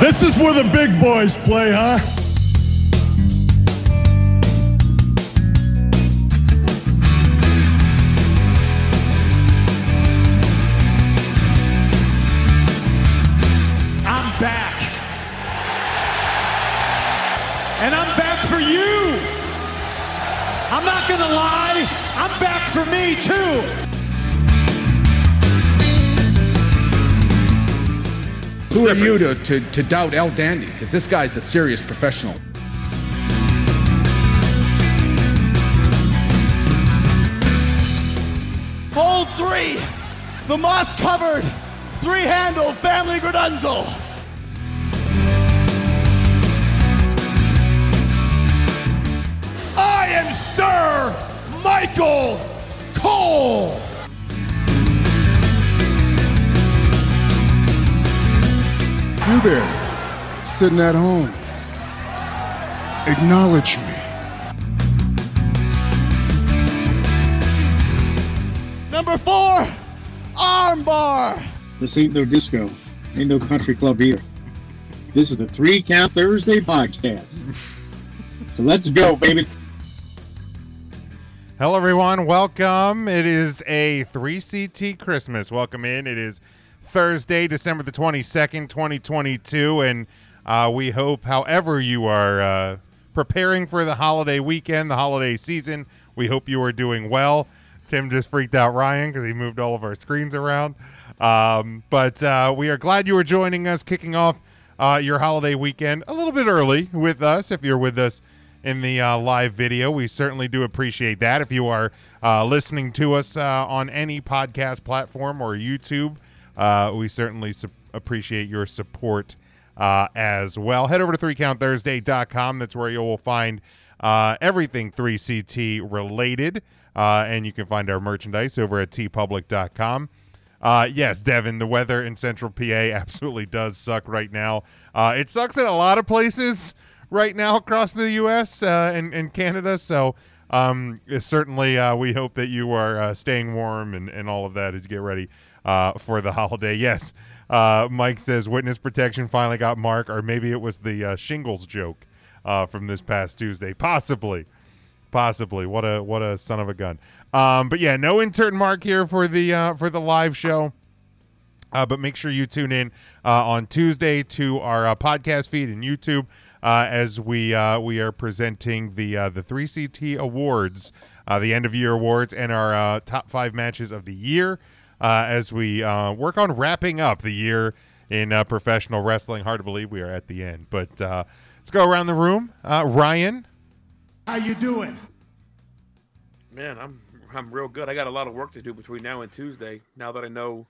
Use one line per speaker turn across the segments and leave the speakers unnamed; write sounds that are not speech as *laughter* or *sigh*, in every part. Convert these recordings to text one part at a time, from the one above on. This is where the big boys play, huh?
I'm back. And I'm back for you. I'm not going to lie. I'm back for me, too.
Who are you to, to, to doubt El Dandy? Because this guy's a serious professional.
Hold three, the moss covered, three handle family Gradunzel. I am Sir Michael Cole.
You there, sitting at home. Acknowledge me.
Number four, armbar.
This ain't no disco. Ain't no country club either. This is the Three Count Thursday podcast. so let's go, baby.
Hello, everyone. Welcome. It is a 3CT Christmas. Welcome in. It is Thursday, December the 22nd, 2022. And uh, we hope, however, you are uh, preparing for the holiday weekend, the holiday season, we hope you are doing well. Tim just freaked out Ryan because he moved all of our screens around. Um, but uh, we are glad you are joining us, kicking off uh, your holiday weekend a little bit early with us if you're with us in the uh, live video. We certainly do appreciate that. If you are uh, listening to us uh, on any podcast platform or YouTube, uh, we certainly su- appreciate your support uh, as well. Head over to 3countthursday.com. That's where you will find uh, everything 3CT related. Uh, and you can find our merchandise over at tpublic.com. Uh, yes, Devin, the weather in central PA *laughs* absolutely does suck right now. Uh, it sucks in a lot of places right now across the U.S. Uh, and, and Canada. So um, certainly uh, we hope that you are uh, staying warm and, and all of that as you get ready uh, for the *laughs* holiday. Yes, uh, Mike says witness protection finally got Mark, or maybe it was the uh, shingles joke uh, from this past Tuesday, possibly possibly what a what a son of a gun um but yeah no intern mark here for the uh for the live show uh, but make sure you tune in uh, on Tuesday to our uh, podcast feed and YouTube uh, as we uh, we are presenting the uh, the three CT awards, uh, the end of year awards, and our uh, top five matches of the year uh, as we uh, work on wrapping up the year in uh, professional wrestling. Hard to believe we are at the end, but uh, let's go around the room. Uh, Ryan,
How you doing?
Man, I'm I'm real good. I got a lot of work to do between now and Tuesday. Now that I know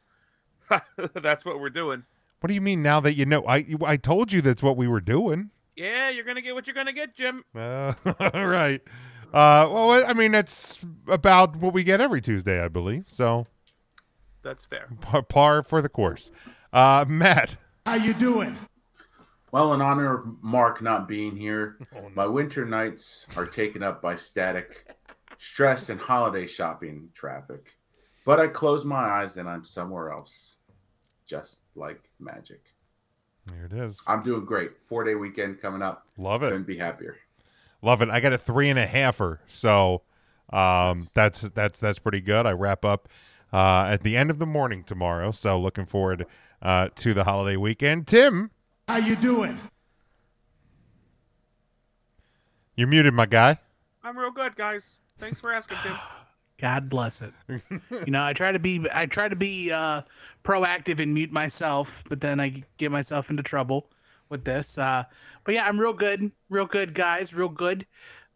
*laughs* that's what we're doing.
What do you mean now that you know? I I told you that's what we were doing.
Yeah, you're gonna get what you're gonna get, Jim.
Uh, *laughs* all right. Uh, well, I mean that's about what we get every Tuesday, I believe. So
That's fair.
par, par for the course. Uh, Matt,
How you doing?
Well, in honor of Mark not being here, my winter nights are taken up by static, stress, and holiday shopping traffic. But I close my eyes and I'm somewhere else, just like magic.
there it is.
I'm doing great. Four day weekend coming up.
Love
Couldn't
it,
be happier.
love it. I got a three and a halfer, so um, that's that's that's pretty good. I wrap up uh, at the end of the morning tomorrow, so looking forward uh, to the holiday weekend. Tim,
How you doing?
you're muted, my guy.
I'm real good, guys. Thanks for asking,
*sighs*
Jim.
God bless
*laughs*
it. you know, I try to be I try to be uh, proactive and mute myself, but then I get myself into trouble with this. Uh, but yeah, I'm real good, real good, guys, real good.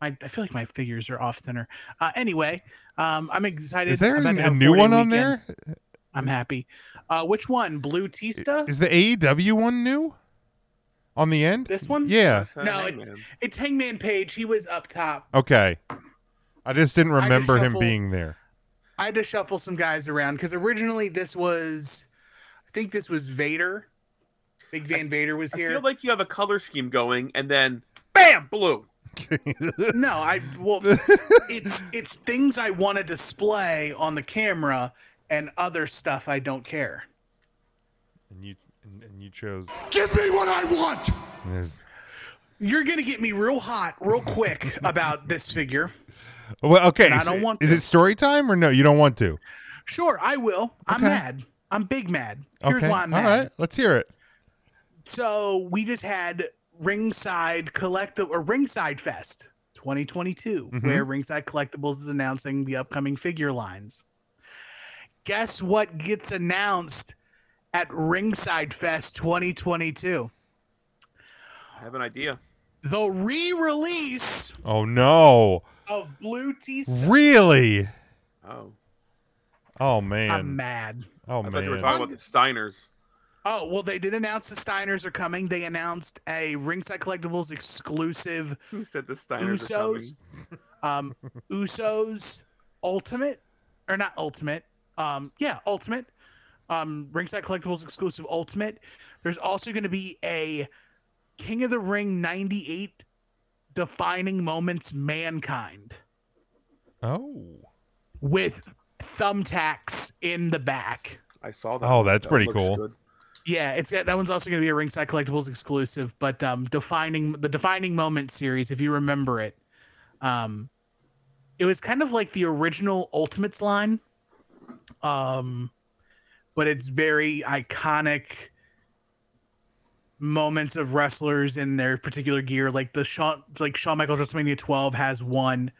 My, I feel like my figures are off center. Uh, anyway, um, I'm excited.
Is there
I'm about to
a
have
new
40
one on
weekend.
there?
I'm happy. Uh, which one? Blue Tista?
Is the AEW one new? On the end?
This one?
Yeah.
No, it's it's Hangman Page. He was up top.
Okay. I just didn't
just
remember him
shuffled-
being there.
I had to shuffle some guys around because originally this was, I think this was Vader. Big Van Vader was
I
here.
feel like you have a color scheme going, and then bam, blue.
no, I
*laughs*
well, it's it's things I want to display on the camera and other stuff I don't care.
And you And, and you chose.
Give me what I want.
There's,
You're gonna get me real hot, real quick about this figure.
well, okay.
And I
is
don't
it-
want
Is
to.
it story time or no? You don't want to.
Sure, I will. I'm
Okay.
mad. I'm big mad. Here's
okay.
why I'm
All
mad.
right. Let's hear it.
So we just had Ringside Collectible or Ringside Fest 2022, where Ringside Collectibles is announcing the upcoming figure lines. Guess what gets announced at Ringside Fest 2022?
I have an idea.
The re-release
Oh no!
of Blue T.
Really?
Oh,
Oh man!
I'm mad.
Oh
I thought you were
man!
talking about the Steiners. *laughs*
Oh, well, they did announce the Steiners are coming. They announced a Ringside Collectibles exclusive
You said the Steiners are coming.
Usos, um, Usos Ultimate, or not Ultimate, um, yeah, Ultimate, um, Ringside Collectibles exclusive Ultimate. There's also going to be a King of the Ring '98 defining moments mankind
Oh.
with thumbtacks in the back.
I saw that.
Oh, that's
That
pretty
looks
cool.
good.
Yeah, it's that one's also going to be a Ringside Collectibles exclusive, but um, defining the defining moment series, if you remember it, um, it was kind of like the original Ultimates line, um, but it's very iconic moments of wrestlers in their particular gear, like the Shawn, like Shawn Michaels WrestleMania 12 has one,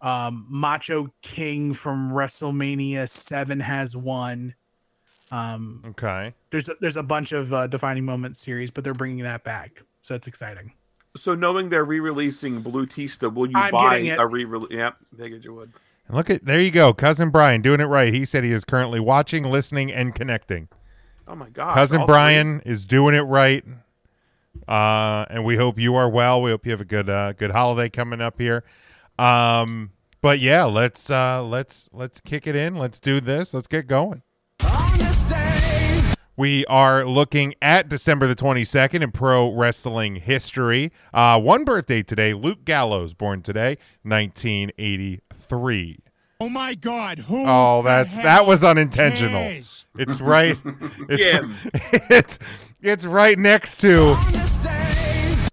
um, Macho King from WrestleMania 7 has one. Um,
Okay.
there's a, there's a bunch of uh, defining moments series, but they're bringing that back, so it's exciting.
So knowing they're re-releasing Blue Tista, will you
I'm
buy
getting it.
a re-release? Yep, I figured you would.
And look at there you go, cousin Brian doing it right. He said he is currently watching, listening, and connecting.
Oh my god,
cousin
all three.
Brian is doing it right. Uh, and we hope you are well. We hope you have a good uh, good holiday coming up here. Um, but yeah, let's uh, let's let's kick it in. Let's do this. Let's get going. We are looking at December the 22nd in pro wrestling history. Uh, one birthday today, Luke Gallows, born today, 1983.
Oh my God. Who?
Oh, that's that was unintentional.
cares?
It's right. It's, *laughs*
Yeah.
it's it's right next to.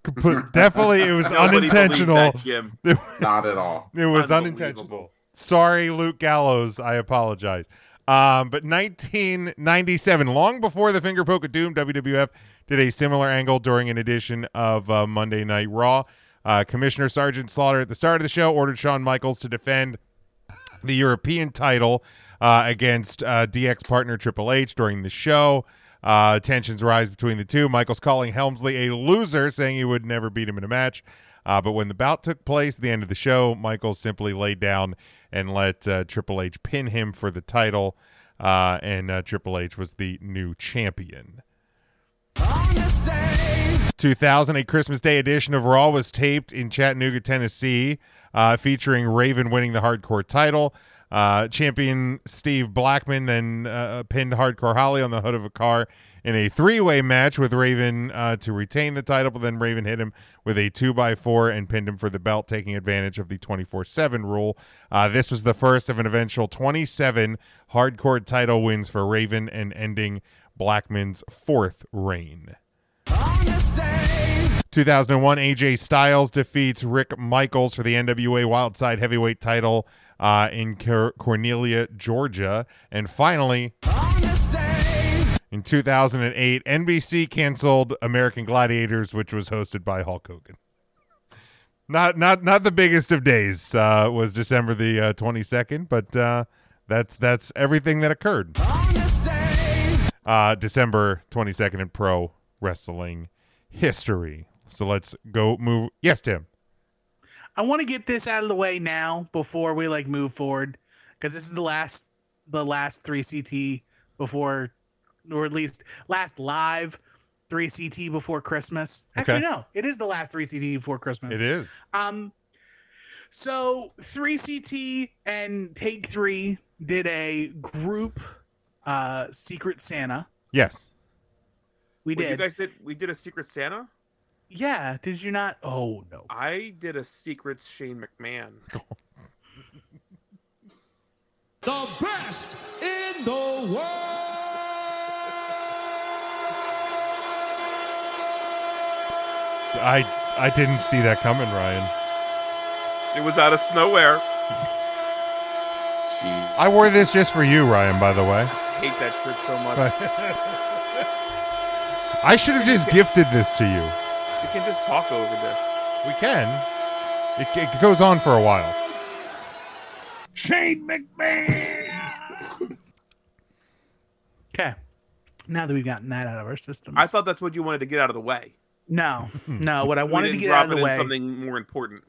Comple- Definitely, it was
*laughs* Nobody believed
unintentional.
that, Jim.
Not at all.
It was
Unbelievable.
unintentional. Sorry, Luke Gallows. I apologize. Um, but 1997, long before the finger poke of doom, WWF did a similar angle during an edition of uh, Monday Night Raw. Uh, Commissioner Sergeant Slaughter at the start of the show ordered Shawn Michaels to defend the European title uh, against uh, DX partner Triple H during the show. Uh, tensions rise between the two. Michaels calling Helmsley a loser, saying he would never beat him in a match. Uh, but when the bout took place at the end of the show, Michaels simply laid down and let uh, Triple H pin him for the title. Uh, and uh, Triple H was the new champion. 2000, a Christmas Day edition of Raw was taped in Chattanooga, Tennessee, uh, featuring Raven winning the hardcore title. Uh, champion Steve Blackman then uh, pinned Hardcore Holly on the hood of a car in a three way match with Raven uh, to retain the title, but then Raven hit him with a 2x4 and pinned him for the belt, taking advantage of the 24 7 rule. Uh, this was the first of an eventual 27 hardcore title wins for Raven and ending Blackman's fourth reign. 2001, AJ Styles defeats Rick Michaels for the NWA Wildside Heavyweight title uh, in Cor- Cornelia, Georgia. And finally, in 2008, NBC canceled American Gladiators, which was hosted by Hulk Hogan. Not, not, not the biggest of days uh, was December the uh, 22nd, but uh, that's that's everything that occurred uh, December 22nd in pro wrestling history. So let's go move. Yes, Tim.
I want to get this out of the way now before we like move forward, because this is the last the last three CT before, or at least last live three CT before Christmas. Actually,
Okay.
no, it is the last three CT before
It
Christmas.
is.
Um, so 3CT and Take Three did a group uh Secret Santa.
Yes.
We
Wait, you
did.
guys did. We did a Secret Santa.
yeah, did you not? Oh no.
I did a Secret Shane McMahon.
The best in the world.
I I didn't see that coming, Ryan.
It was out of nowhere.
I wore this just for you, Ryan. By the way,
Hate that trick so much.
I should have just gifted this to you.
we can just talk over this.
We can. It, it goes on for a while.
Shane McMahon.
Okay. Now that we've gotten that out of our systems.
I thought that's what you wanted to get out of the way. *laughs*
no, no. What I
We
wanted to
didn't
get
drop
out of the
it in
way.
Something more important.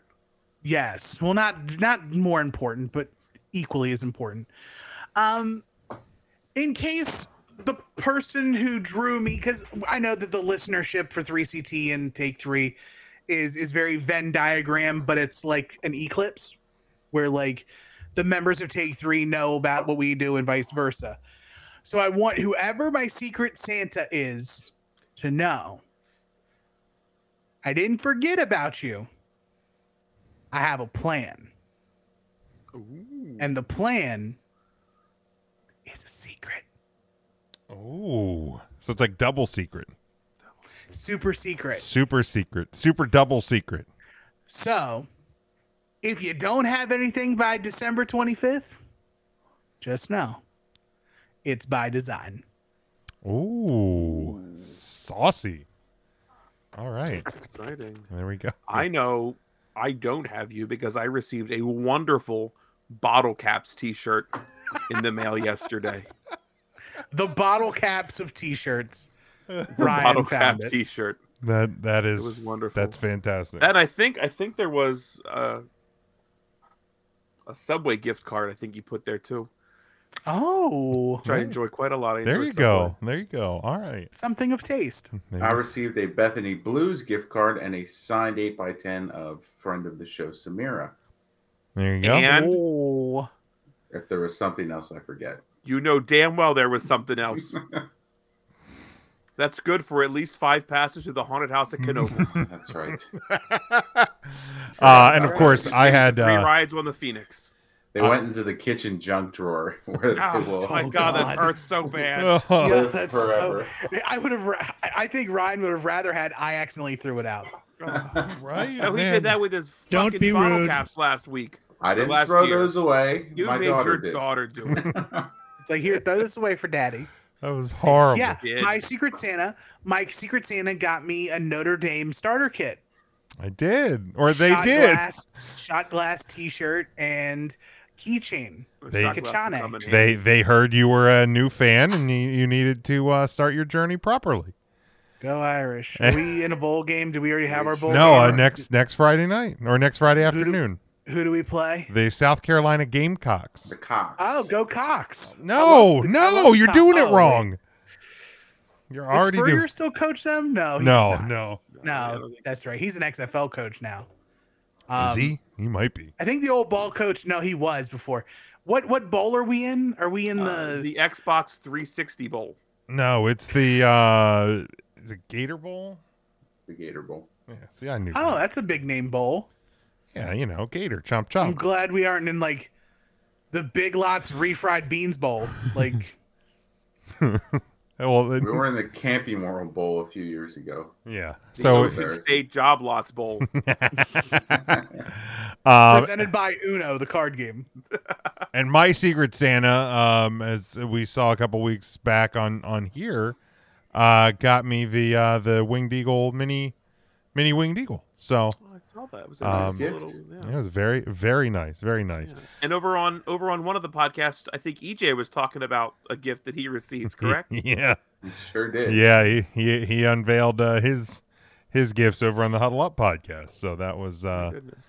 Yes. Well, not not more important, but equally as important. Um, in case the person who drew me, because I know that the listenership for Three CT and Take Three is is very Venn diagram, but it's like an eclipse, where like the members of Take Three know about what we do and vice versa. So I want whoever my secret Santa is to know. I didn't forget about you. I have a plan. And the plan is a secret,
Ooh. So it's like double secret,
super secret.
super secret, super double secret.
So, if you don't have anything by December 25th, just know it's by design.
Ooh. Saucy. All right.
Exciting.
There we go.
I know I don't have you because I received a wonderful bottle caps T-shirt in the mail yesterday.
The bottle caps of t shirts.
bottle
Ryan
cap
found it.
T-shirt.
That that
It was
is
wonderful.
that's fantastic.
And I think I think there was uh, a Subway gift card. I think you put there too,
Oh,
which I
Hey.
enjoy quite a lot. I
There
enjoy
you
Subway.
go. There you go. All right.
something of taste.
There
I
you-
received a Bethany Blues gift card and a signed 8x10 of friend of the show, Samira.
There you go.
And
Oh,
If there was something else, I forget.
you know damn well there was something
*laughs*
else. That's good for at least five passes to the haunted house at Canoga.
That's right.
Uh, and of course, *laughs* I had
Three
uh,
rides on the Phoenix.
They went into the kitchen junk drawer *laughs* where
Oh,
they will
my
*laughs* Oh,
god,
God.
that hurts so bad.
Oh, *laughs*
yeah,
live
that's so.
forever.
I would have. ra- I think Ryan would have rather had I accidentally threw it out.
right.
No, he
man.
did that with his
Don't
fucking
be
bottle
rude.
caps last week.
I
last
didn't throw
year.
those away.
You
my
made
daughter
your
did.
*laughs*
daughter do it.
It's like here, throw this away for daddy.
That was horrible.
Yeah,
did.
my Secret Santa, my Secret Santa got me a Notre Dame starter kit.
I did. Or they
Shot
did.
glass, shot glass T-shirt and keychain.
They-
Shock glass
Kachane.
coming in.
They they heard you were a new fan and you, you needed to uh, start your journey properly.
Go Irish! Are we in a bowl game? Do we already have our bowl?
No,
game?
uh, next next Friday night or next Friday afternoon,
Who do we play?
the South Carolina Gamecocks.
The cock.
Oh, go Cox!
No,
I love- I
no,
love
you're
Cox.
doing it
Oh,
wrong. You're
wait. Does
already
Spurrier
doing.
still coach them? No, he's
No,
not.
no.
no, that's right. He's an XFL coach now. Um,
Is he? He might be.
I think the old ball coach. No, he was before. What what bowl are we in? Are we in the?
uh,
Uh,
the Xbox 360 Bowl.
No, it's the uh, is it Gator Bowl?
The Gator Bowl.
Yeah, see, I knew.
oh,
that.
that's a big name bowl.
yeah, you know, Gator, chomp
I'm
chomp.
glad we aren't in like the Big Lots refried beans bowl. Like,
well,
We
then-
were in the Camping World Bowl a few years ago.
yeah.
The
Oh,
So,
Ocean State Job Lots Bowl.
*laughs* um,
presented by Uno, the card game.
And my secret Santa, um, as we saw a couple weeks back on on here, uh, got me the uh, the winged eagle mini mini winged eagle. So
Oh, I saw that. It was a nice
Um,
little, yeah.
yeah, it was very very nice, very nice.
And over on over on one of the podcasts, I think EJ was talking about a gift that he received. Correct?
*laughs* yeah,
Sure did.
yeah. He he, he unveiled uh, his his gifts over on the Huddle Up podcast. So that was uh,
Goodness.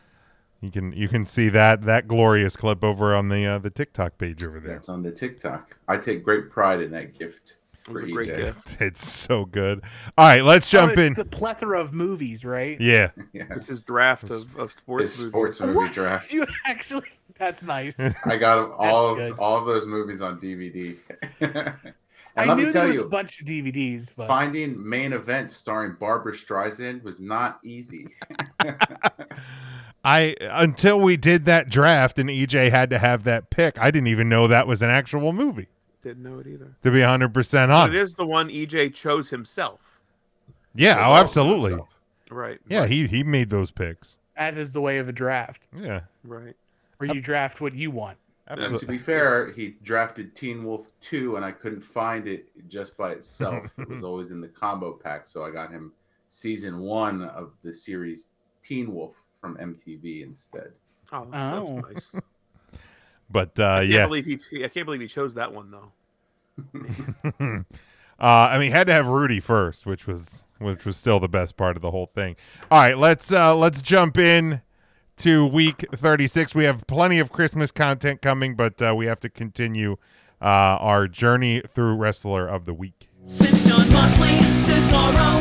you can you can see that that glorious clip over on the uh, the TikTok page over there.
That's on the TikTok. I take great pride in that gift
It
for E
was a great
EJ.
gift.
*laughs* It's so good. All right, let's jump
oh, it's
in.
the plethora of movies, right?
yeah.
*laughs* Yeah.
It's his draft of, of sports
His
movies.
sports movie
What?
draft.
You *laughs* actually, that's
*laughs*
nice.
I got all
good.
of, all of those movies on DVD. *laughs* and
I
let
knew
me
there
tell
was
you,
a bunch of DVDs, but
finding main event starring Barbara Streisand was not easy.
I until we did that draft and EJ had to have that pick, I didn't even know that was an actual movie.
Didn't know it either.
To be hundred percent
But it
honest,
is the one EJ chose E himself.
yeah, oh, absolutely.
Right.
Yeah, he he made those picks.
as is the way of a draft,
Yeah.
Right.
where you draft what you want.
And to be fair, he drafted Teen Wolf 2, and I couldn't find it just by itself. it
*laughs*
was always in the combo pack, so I got him season one of the series Teen Wolf from MTV instead.
Oh, that's
Oh.
nice.
But uh,
I can't
yeah,
believe he- he. I can't believe he chose that one though.
uh, I mean, he had to have Rudy first, which was which was still the best part of the whole thing. All right, let's uh, let's jump in to week 36. We have plenty of Christmas content coming, but uh, we have to continue uh, our journey through wrestler of the week.
Since John Moxley, Cesaro,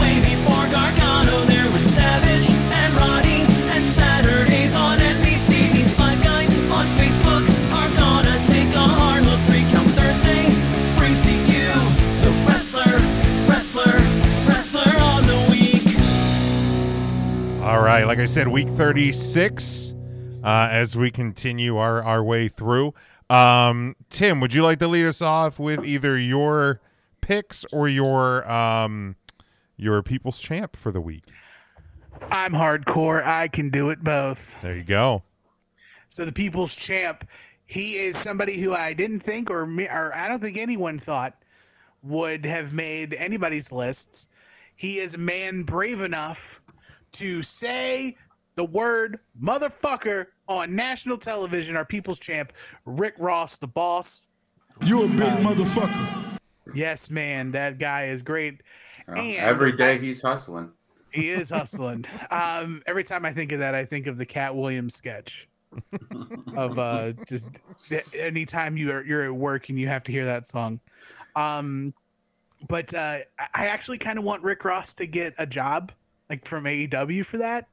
way before Gargano, there was Savage and Roddy and Saturdays on NBC. These five guys on Facebook are gonna take a hard look. Recount Thursday brings to you the wrestler, wrestler, wrestler on the week.
All right, like I said, week 36. Uh, as we continue our, our way through, um, Tim, would you like to lead us off with either your picks or your um, your people's champ for the week?
I'm hardcore. I can do it both.
There you go.
So the people's champ, he is somebody who I didn't think or me- or I don't think anyone thought would have made anybody's lists. He is a man brave enough to say the word motherfucker on national television, our people's champ, Rick Ross, the boss.
You a big motherfucker.
Yes, man, that guy is great.
You know,
And
every day he's hustling.
he is hustling. um, every time I think of that, I think of the Cat Williams sketch of uh, just anytime you are you're at work and you have to hear that song. Um, but uh, I I actually kind of want Rick Ross to get a job like from AEW for that.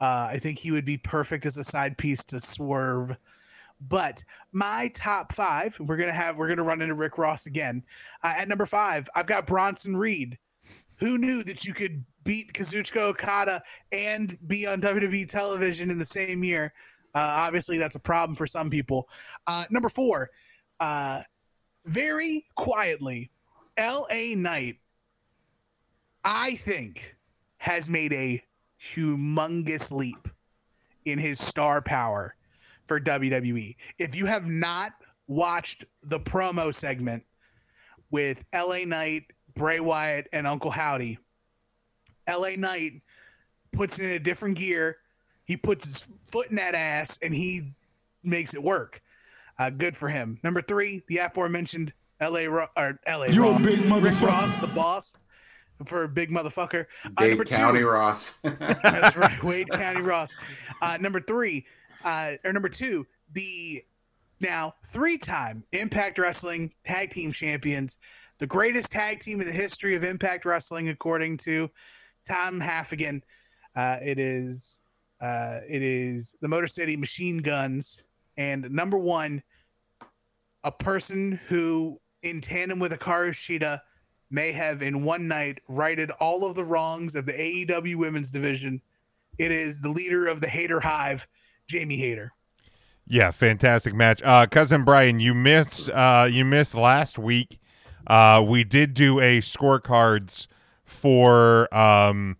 Uh, I think he would be perfect as a side piece to Swerve. But my top five, we're gonna have we're gonna run into Rick Ross again. Uh, at number five, I've got Bronson Reed. Who knew that you could beat Kazuchika Okada and be on WWE television in the same year? Uh, obviously, that's a problem for some people. Uh, number four, uh, very quietly, L.A. Knight, I think, has made a humongous leap in his star power for WWE. If you have not watched the promo segment with LA Knight, Bray Wyatt, and Uncle Howdy. LA Knight puts in a different gear. He puts his foot in that ass and he makes it work. Uh, good for him. Number three, the aforementioned LA Ro- or LA
You a
Ross,
big
Rick
motherfucker.
Ross, the boss for a big motherfucker. Uh, number
Dade County
two,
Ross.
that's right, Wade County Ross. Uh, number three, uh, or number two, the now three-time Impact Wrestling Tag Team Champions, the greatest tag team in the history of Impact Wrestling, according to Tom Haffigan. Uh, it is uh, it is the Motor City Machine Guns, and number one, a person who, in tandem with Hikaru Shida, may have in one night righted all of the wrongs of the AEW women's division. It is the leader of the Hater Hive, Jamie Hater.
Yeah, fantastic match. Uh, cousin Brian, you missed uh, you missed last week. Uh, we did do a scorecards for um,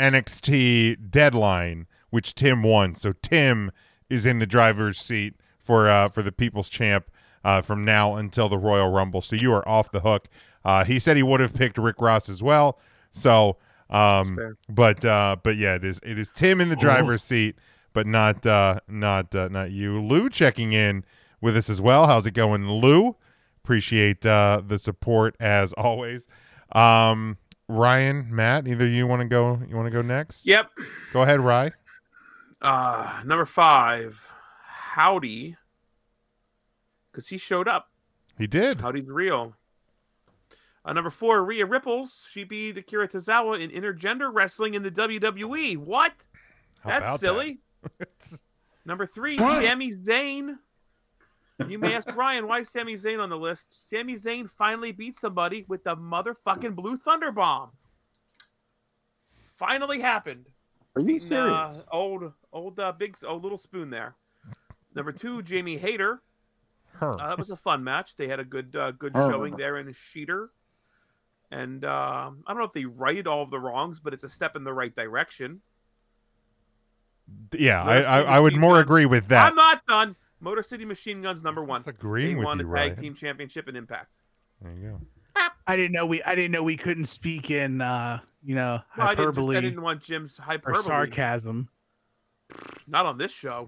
NXT deadline, which Tim won. So Tim is in the driver's seat for uh, for the People's Champ uh, from now until the Royal Rumble. So you are off the hook. Uh, he said he would have picked Rick Ross as well. So, um,
fair.
but uh, but yeah, it is it is Tim in the driver's seat, but not uh, not uh, not you. Lou checking in with us as well. How's it going, Lou? Appreciate uh, the support as always. Um, Ryan, Matt, either you want to go? You want to go next?
Yep.
Go ahead, Rye.
Uh, number five, Howdy, because he showed up.
He did.
Howdy's real. Uh, number four, Rhea Ripples. She beat Akira Tozawa in intergender wrestling in the WWE. What?
How about
That's silly. *laughs* number three, Sami Zayn. You may ask Ryan why is Sami Zayn on the list. Sami Zayn finally beat somebody with the motherfucking blue thunder bomb. Finally happened.
Are you serious?
Nah, old, old, uh, big, old little spoon there. Number two, Jamie Hayter.
Her.
Oh,
Uh, that was a fun match. They had a good, uh, good
Her.
showing there in Sheeter. And uh, I don't know if they righted all of the wrongs, but it's a step in the right direction.
Yeah, I, I, I would more agree with that.
I'm not done. Motor City Machine Guns number one.
agreeing
they
with
won
you,
the tag
Ryan.
team championship and Impact.
There you go. *laughs*
I didn't know we I didn't know we couldn't speak in uh, you know,
Well, I didn't, just-
hyperbole
I didn't want Jim's
or
hyperbole.
sarcasm.
Not on this show.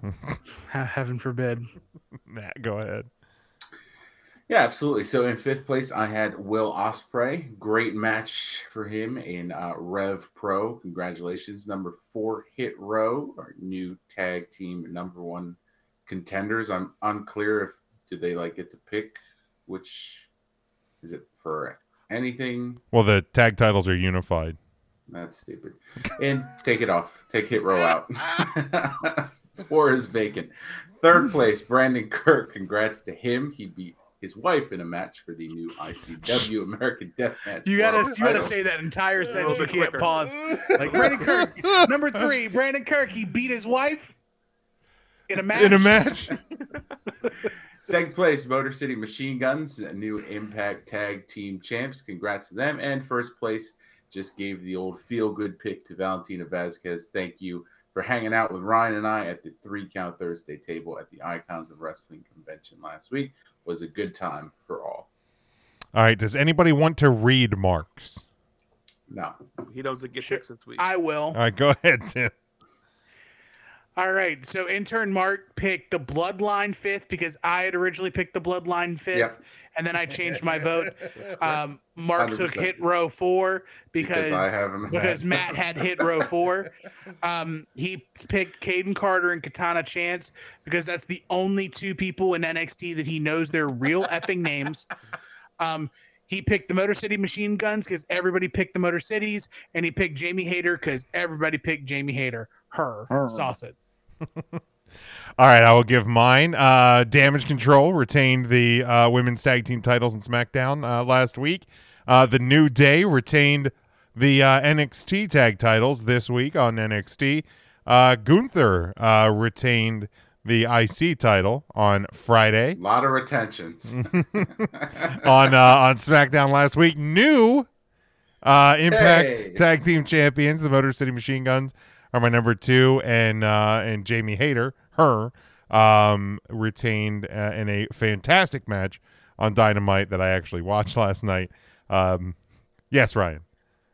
He- Heaven forbid.
Matt, go ahead.
Yeah, absolutely. So in fifth place, I had Will Osprey. Great match for him in uh, Rev Pro. Congratulations, number four hit row, our new tag team number one contenders. I'm unclear if do they like get to pick which is it for anything.
Well, the tag titles are unified.
That's stupid. And take it off. Take hit row out. *laughs* Four is vacant. Third place, Brandon Kirk. Congrats to him. He beat his wife in a match for the new ICW American Death Match.
You gotta
World
you gotta
Title.
say that entire sentence. You
bit
can't
quicker.
pause. Like Brandon Kirk, number three, Brandon Kirk, he beat his wife in a match.
In a match?
Second place, Motor City Machine Guns, new Impact Tag Team Champs. Congrats to them. And first place, just gave the old feel good pick to Valentina Vasquez. Thank you for hanging out with Ryan and I at the Three Count Thursday table at the Icons of Wrestling convention last week. Was a good time for all.
All right. Does anybody want to read marks?
No.
he doesn't get six this week.
Hmm. I will.
All right. Go *laughs* ahead, Tim.
All right. So intern Mark picked the Bloodline fifth because I had originally picked the Bloodline fifth,
Yep.
and then I changed my vote. Um, Mark took
100%.
hit row four because
Because I have him.
*laughs* because Matt had hit row four. Um, he picked Caden Carter and Katana Chance because that's the only two people in NXT that he knows their real effing names. Um, he picked the Motor City Machine Guns because everybody picked the Motor Cities, and he picked Jamie Hayter because everybody picked Jamie Hayter. Her,
Her.
sauce it.
All right, I will give mine. Uh, Damage Control retained the uh, women's tag team titles in SmackDown uh, last week. Uh, the New Day retained the uh, NXT tag titles this week on NXT. Uh, Gunther uh, retained the IC title on Friday
A *laughs* lot
*laughs*
of retentions.
on uh, on SmackDown last week. New uh, Impact
Hey.
Tag Team Champions, the Motor City Machine Guns, are my number two, and uh, and Jamie Hayter, her, um, retained uh, in a fantastic match on Dynamite that I actually watched *laughs* last night. Um, yes, Ryan.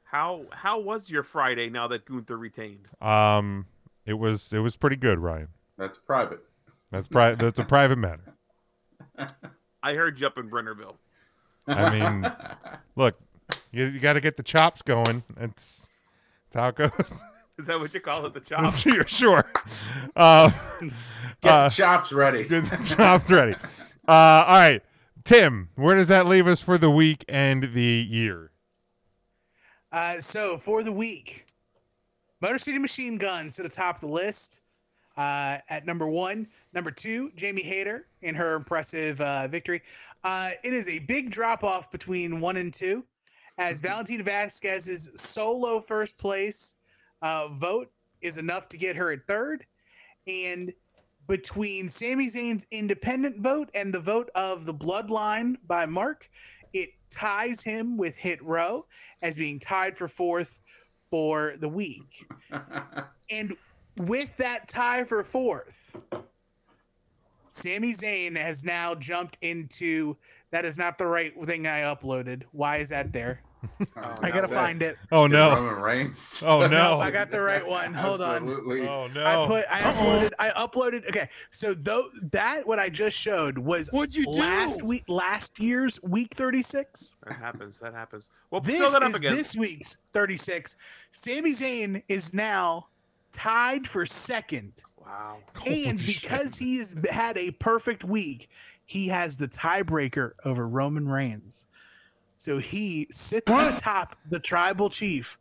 How how was your Friday now that Gunther retained?
Um, it was it was pretty good, Ryan.
That's private.
That's pri- that's a private matter.
I heard you up in Brennerville.
I mean, look, you, you got to get the chops going. It's, it's how it goes.
Is that what you call it?
*laughs*
The chop?
sure, sure. *laughs* Uh,
Get
uh, *laughs*
the chops ready. *laughs*
get the chops ready. Uh, all right, Tim, where does that leave us for the week and the year?
Uh, so for the week, Motor City Machine Guns to the top of the list uh, at number one. Number two, Jamie Hayter in her impressive uh, victory. Uh, it is a big drop off between one and two, as Valentina Vasquez's solo first place uh, vote is enough to get her at third, and between Sami Zayn's independent vote and the vote of the Bloodline by Mark, it ties him with Hit Row as being tied for fourth for the week.
Oh,
and with that tie for fourth, Sami Zayn has now jumped into that is not the right thing I uploaded. Why is that there? I gotta find it.
Oh no!
Roman Reigns.
Oh
No,
no!
I got the right one. Hold on.
Absolutely.
Oh
I
no!
put I uploaded I uploaded okay. So though that what I just showed was
What'd you do?
last week last year's week 36.
That happens. That happens. Well, fill
This
that up
is
again.
this week's 36. Sami Zayn is now tied for second.
Wow.
and because he has had a perfect week, he has the tiebreaker over Roman Reigns. So he sits atop the tribal chief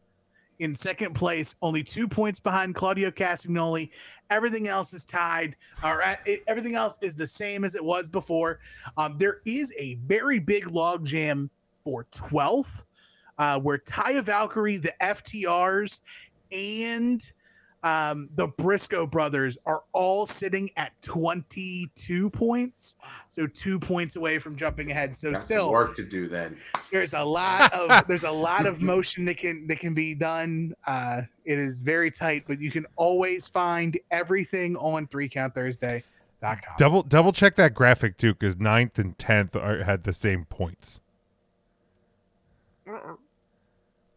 in second place, only two points behind Claudio Castagnoli. Everything else is tied. All right, it- everything else is the same as it was before. Um, there is a very big logjam for 12th, uh, where Taya Valkyrie, the FTRs, and Um, the Briscoe brothers are all sitting at 22 points, so two points away from jumping ahead. So
Got some
still,
work to do then.
there's a lot
*laughs*
of there's a lot of motion that can that can be done. Uh, it is very tight, but you can always find everything on Three Count Thursday.
Double double check that graphic too, because ninth and tenth are, had the same points.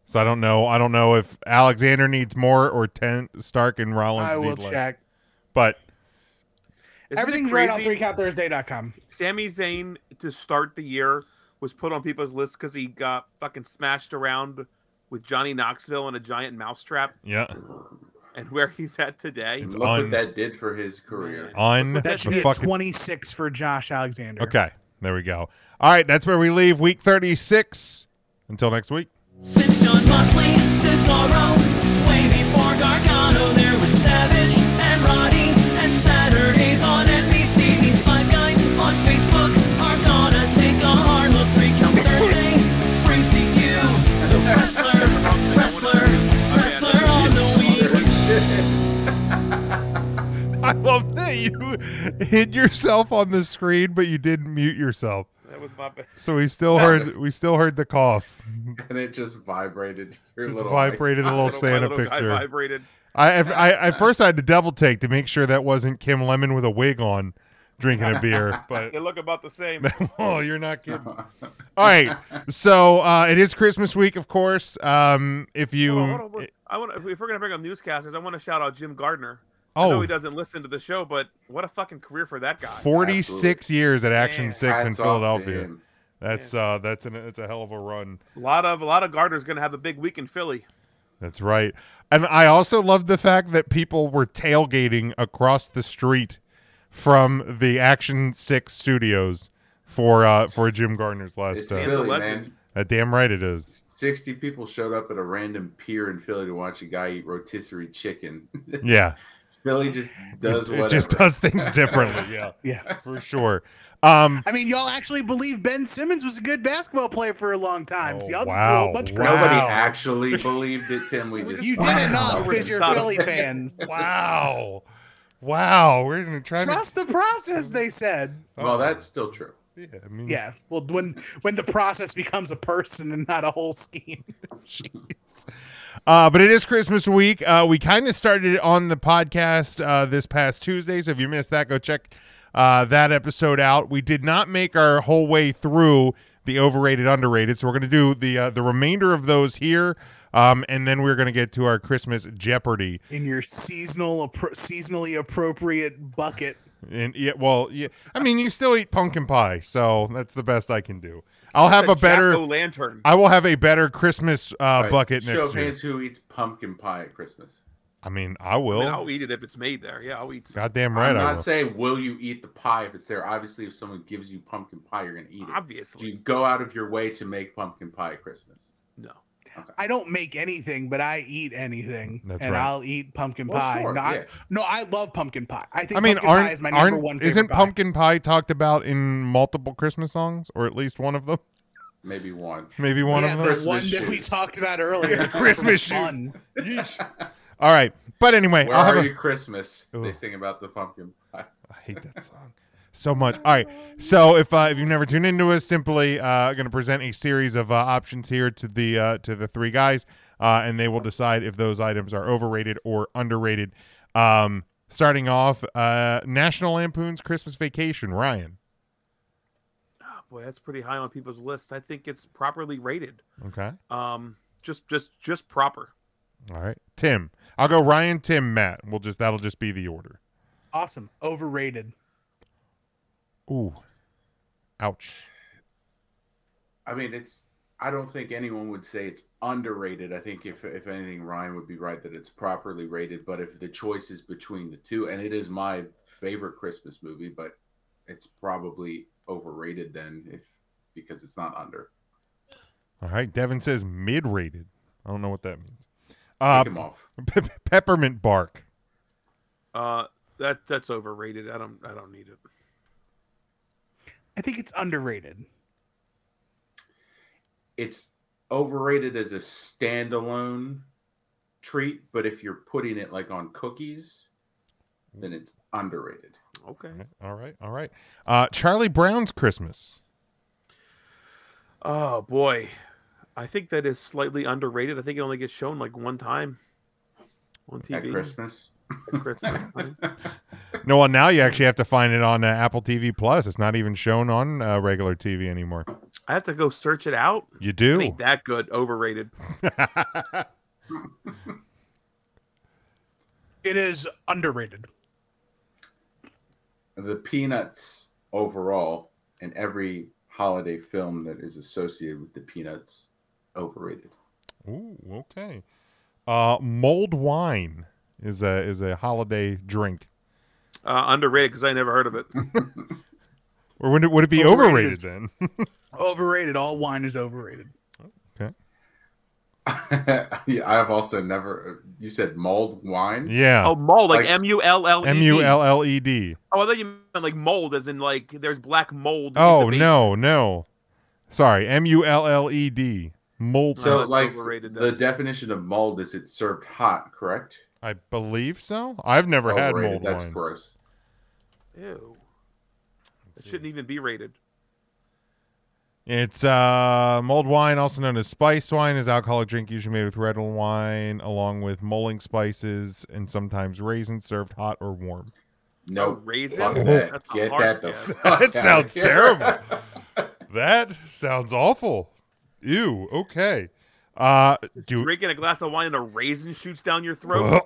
So I don't know. I don't know if Alexander needs more or ten Stark and Rollins.
I will
need less.
check.
But
Isn't it
Everything's right on
crazy?
threecounthursday.com.
Sami Zayn to start the year was put on people's lists because he got fucking smashed around with Johnny Knoxville in a giant mousetrap,
yeah,
and *laughs* where he's at today.
Look what that did for his career.
on
That should
the
be at
fucking-
26 for Josh Alexander.
okay, there we go. All right, that's where we leave week thirty six. Until next week. *laughs*
Since John Moxley, Cesaro, way before Gargano, there was Savage and Roddy, and Saturdays on NBC. These five guys on Facebook are gonna take a hard look. Three count Thursday brings to you the wrestler, wrestler, wrestler on the week.
I love that you hid yourself on the screen, but you didn't mute yourself.
That was my bad.
So we still heard we still heard the cough.
And it just vibrated. Your
Just
little
vibrated a
icon.
little
my
Santa
little guy
picture.
vibrated.
I, at- I I- at first I had to double take to make sure that wasn't Kim Lemon with a wig on, drinking a
*laughs*
beer. But *laughs*
They look about the same.
oh, you're not kidding. all right, so uh, it is Christmas week, of course. Um, if you
Hold on, hold on, hold on. I want if we're gonna bring up newscasters, I want to shout out Jim Gardner. I
Oh.
know he doesn't listen to the show, but what a fucking career for that guy.
46 years at Action
Man.
Six in
Hats off to
Philadelphia.
him.
That's uh, that's an it's a hell of a run.
A lot of a lot of Gardner's gonna have a big week in Philly.
That's right. And I also love the fact that people were tailgating across the street from the Action Six Studios for uh, for Jim Gardner's
It's
last. Uh,
Philly,
legend.
man.
uh, damn right it is.
60 people showed up at a random pier in Philly to watch a guy eat rotisserie chicken. *laughs*
Yeah.
Philly just does
it
whatever.
just does things
*laughs*
differently. Yeah,
Yeah.
for sure. Um,
I mean, y'all actually believe Ben Simmons was a good basketball player for a long time. so y'all
Oh, wow.
just do a bunch of
Wow.
crap.
Nobody actually believed it, Tim. We just
You did
found
enough
out.
because you're
Stop.
Philly fans.
wow, wow. We're gonna try
Trust the process, they said.
Well, that's still true.
to. Yeah, I mean,
Yeah. Well, when when the process becomes a person and not a whole scheme.
Uh, but it is Christmas week. Uh, we kind of started it on the podcast uh, this past Tuesday. So if you missed that, go check uh, that episode out. We did not make our whole way through the overrated, underrated. So we're going to do the uh, the remainder of those here, um, and then we're going to get to our Christmas Jeopardy.
in your seasonal appro- seasonally appropriate bucket.
And yeah, well, yeah, I mean, you still eat pumpkin pie, so that's the best I can do. I'll have a better.
lantern.
I will have a better Christmas uh,
Right.
bucket
Show
next
of
year.
hands who eats pumpkin pie at Christmas.
I mean, I
I
will.
mean, I'll eat it if it's made there. Yeah, I'll eat.
Goddamn right,
I'm
I
not
will.
saying will you eat the pie if it's there. Obviously, if someone gives you pumpkin pie, you're gonna eat it. Do
Obviously,
you go out of your way to make pumpkin pie at Christmas?
no.
I don't make anything, but I eat anything,
That's
and
right.
I'll eat pumpkin
Well,
pie.
sure,
no, I,
yeah.
no, I love pumpkin pie. I think
I mean,
pumpkin
aren't,
pie is my
aren't
number one. favorite
isn't
pie.
pumpkin pie talked about in multiple Christmas songs, or at least one of them? *laughs*
Maybe one.
Maybe one
yeah,
of
the
them.
Christmas
one that we
shoes.
talked about
*laughs*
earlier?
Christmas
From Fun.
All right, but anyway,
Where
I'll have
are
a-
you Christmas? They
Ugh.
sing about the pumpkin pie.
I hate that song so much. All right. So if uh, if you've never tuned into us, simply uh, going to present a series of uh, options here to the uh, to the three guys, uh, and they will decide if those items are overrated or underrated. Um, starting off, uh, National Lampoon's Christmas Vacation. Ryan.
Oh, boy, that's pretty high on people's lists. I think it's properly rated.
Okay.
Um, just just just proper.
All right. Tim. I'll go Ryan, Tim, Matt. We'll just that'll just be the order.
Awesome. Overrated.
Ooh. Ouch.
I mean, it's. I don't think anyone would say it's underrated. I think if if anything, Ryan would be right that it's properly rated. But if the choice is between the two, and it is my favorite Christmas movie, but it's probably overrated then if because it's not under.
All right. Devin says mid-rated. I don't know what that means.
Take
Uh,
him off.
*laughs* pe- pe- peppermint bark.
Uh, that that's overrated. I don't I don't need it.
I think it's underrated.
It's overrated as a standalone treat, but if you're putting it like on cookies, then it's underrated.
Okay.
All right, all right. Uh, Charlie Brown's Christmas.
Oh boy, I think that is slightly underrated. I think it only gets shown like one time on TV.
At Christmas?
At Christmas. time.
No, well, now you actually have to find it on uh, Apple TV Plus. It's not even shown on uh, regular TV anymore.
I have to go search it out.
You
It
do.
ain't that good. Overrated.
It is underrated.
The Peanuts overall and every holiday film that is associated with the Peanuts overrated. *laughs*
Ooh, okay. Uh, mulled wine is a is a holiday drink.
Uh, underrated because I never heard of it.
Or would it would it be overrated,
Overrated is-
then?
Overrated. All wine is overrated.
yeah, I've also never. You said mulled wine.
*laughs* yeah.
Oh, mold like
Like-
M U L L E D.
M U L L E D.
Oh, I thought you meant like mold, as in like there's black mold. in the
Oh
base.
no, no. Sorry, M U L L E D. Mulled.
So,
Uh,
like
overrated,
the
though.
definition of mulled is it's served hot, correct?
I believe so. I've never had
Overrated,
mulled
Oh, That's
wine.
gross.
Ew. It shouldn't even be rated.
It's uh, mulled wine, also known as spice wine, is alcoholic drink usually made with red wine, along with mulling spices and sometimes raisins, served hot or warm.
Oh,
No,
raisins?
fuck that.
That's a
Get
hard
that the
pass.
fuck.
That
outta *laughs*
sounds
here.
terrible. That sounds awful. Ew. Okay. Uh, do
Drinking a glass of wine and a raisin shoots down your throat.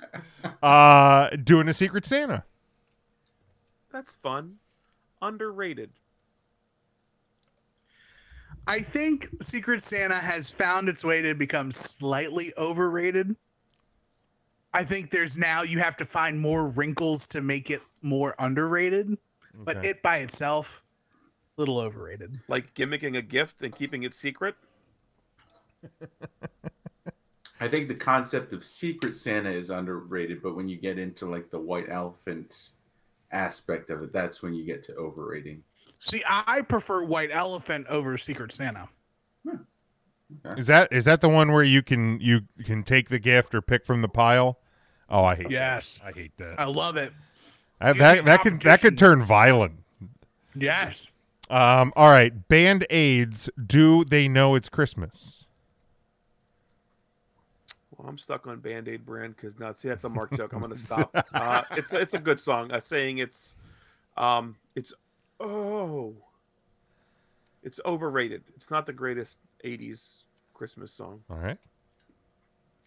*laughs* uh, doing a secret Santa.
That's fun. Underrated.
I think Secret Santa has found its way to become slightly overrated. I think there's now you have to find more wrinkles to make it more underrated, but
Okay.
it by itself, little overrated.
Like gimmicking a gift and keeping it secret.
I think the concept of Secret Santa is underrated, but when you get into like the white elephant aspect of it, that's when you get to overrating.
See, I prefer White Elephant over Secret Santa.
Is that is that the one where you can you can take the gift or pick from the pile? Oh, I hate.
Yes,
That. I hate that.
I love it.
I-
you
that
hate
that could that
Uh, competition.
could turn violent.
Yes,
Um, all right, band aids. Do they know it's Christmas?
Well, I'm stuck on Band Aid brand because now see that's a Mark joke. I'm gonna
*laughs*
stop. Uh, it's it's a good song. I'm saying it's um it's oh it's overrated. It's not the greatest '80s Christmas song.
All right.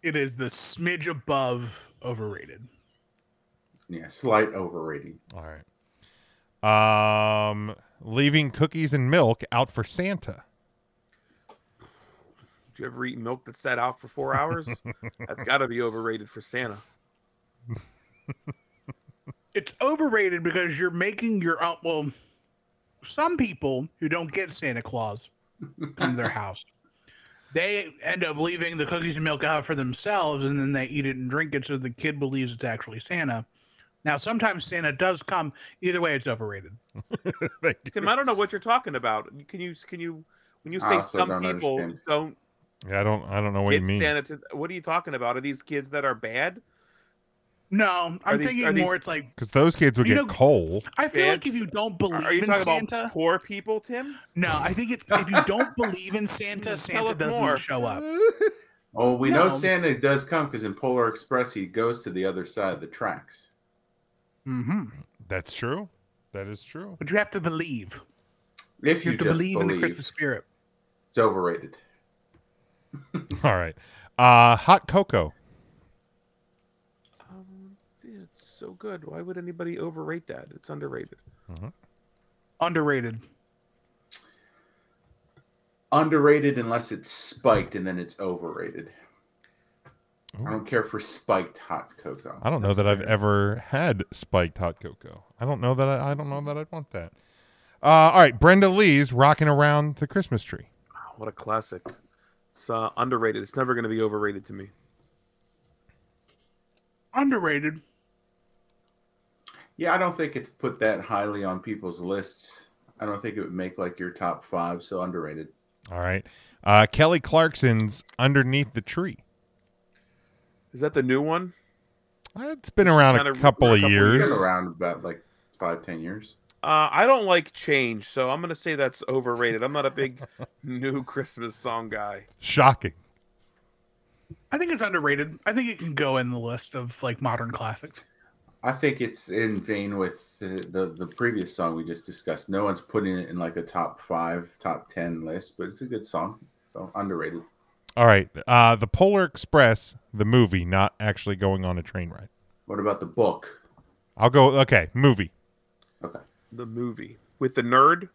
it is the smidge above overrated.
Yeah, slight overrating.
All right. Um, leaving cookies and milk out for Santa. *laughs*
Did you ever eat milk that sat out for four
*laughs*
hours? that's got to be overrated for Santa.
It's overrated because you're making your own. Well, some people who don't get Santa Claus come to their house, they end up leaving the cookies and milk out for themselves, and then they eat it and drink it, so the kid believes it's actually Santa. Now, sometimes Santa does come. Either way, it's overrated.
Thank you.
Tim, I don't know what you're talking about. Can you can you when you
I
say
also
some
don't
people
understand.
don't
Yeah, I don't. I don't know what
get
you mean.
Santa? To, what are you talking about? Are these kids that are bad?
No, I'm
Are these-
thinking
are these-
more. It's like
Because those kids would
You
get
know-
coal.
I feel
Fans?
like if you don't
Are are you
believe in
talking
Santa,
about poor people, Tim?
no, I think it's
*laughs*
if you don't believe in Santa, Santa
us
doesn't
more.
show up.
Oh, we know
No.
Santa does come because in Polar Express he goes to the other side of the tracks.
Mm-hmm.
hmm
That's true. That is true.
But you have to believe.
If
You
you,
have to
just
believe in the Christmas spirit.
it's overrated.
All right. Uh, hot cocoa.
Um, dude, it's so good. Why would anybody overrate that? It's underrated.
Underrated.
Underrated unless it's spiked, and then it's overrated. I don't care for spiked hot cocoa.
I don't know that I've ever had spiked hot cocoa. I don't know that I, I don't know that I'd want that. Uh, all right, Brenda Lee's rocking around the Christmas tree.
Oh, what a classic. It's uh, underrated. It's never going to be overrated to me.
Underrated.
Yeah, I don't think it's put that highly on people's lists. I don't think it would make like your top five, so underrated.
All right, uh, Kelly Clarkson's underneath the tree.
Is that the new one?
It's been around
Kinda-
a couple of years.
Been around about like five, ten years.
Uh, I don't like change, so I'm gonna say that's overrated. I'm not a *laughs* big new Christmas song guy.
Shocking.
I think it's underrated. I think it can go in the list of like modern classics.
I think it's in vein with the, the the previous song we just discussed. No one's putting it in like a top five, top ten list, but it's a good song. So underrated.
All right. Uh, the Polar Express, the movie, not actually going on a train ride.
What about the book?
I'll go. Okay, movie
The movie with the nerd.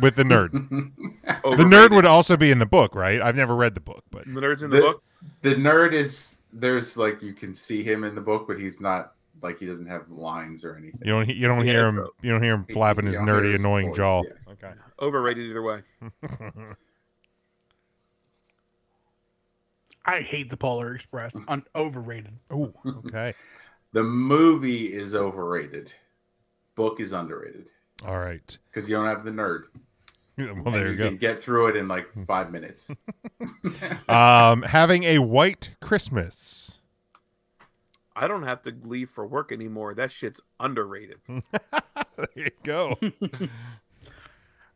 with the *laughs* nerd. the
Overrated.
nerd would also be in the book, right? I've never read the book, but
The nerd's in the, book.
The nerd is there's like you can see him in the book, but he's not like he doesn't have lines or anything.
you don't you don't hear him you don't hear him
He-
flapping
you
his
don't hear
nerdy,
his
annoying
voice,
jaw.
yeah.
Okay.
Overrated either way.
I hate the Polar Express. Un- overrated.
Oh, okay.
The movie is overrated. Book is underrated
All right. *laughs*
because you don't have the nerd.
Well,
and
Oh, there you
you
go. Hmm.
can get through it in like five minutes.
Um, having a white
*laughs*
Christmas.
I don't have to leave for work anymore. That shit's underrated.
There you go.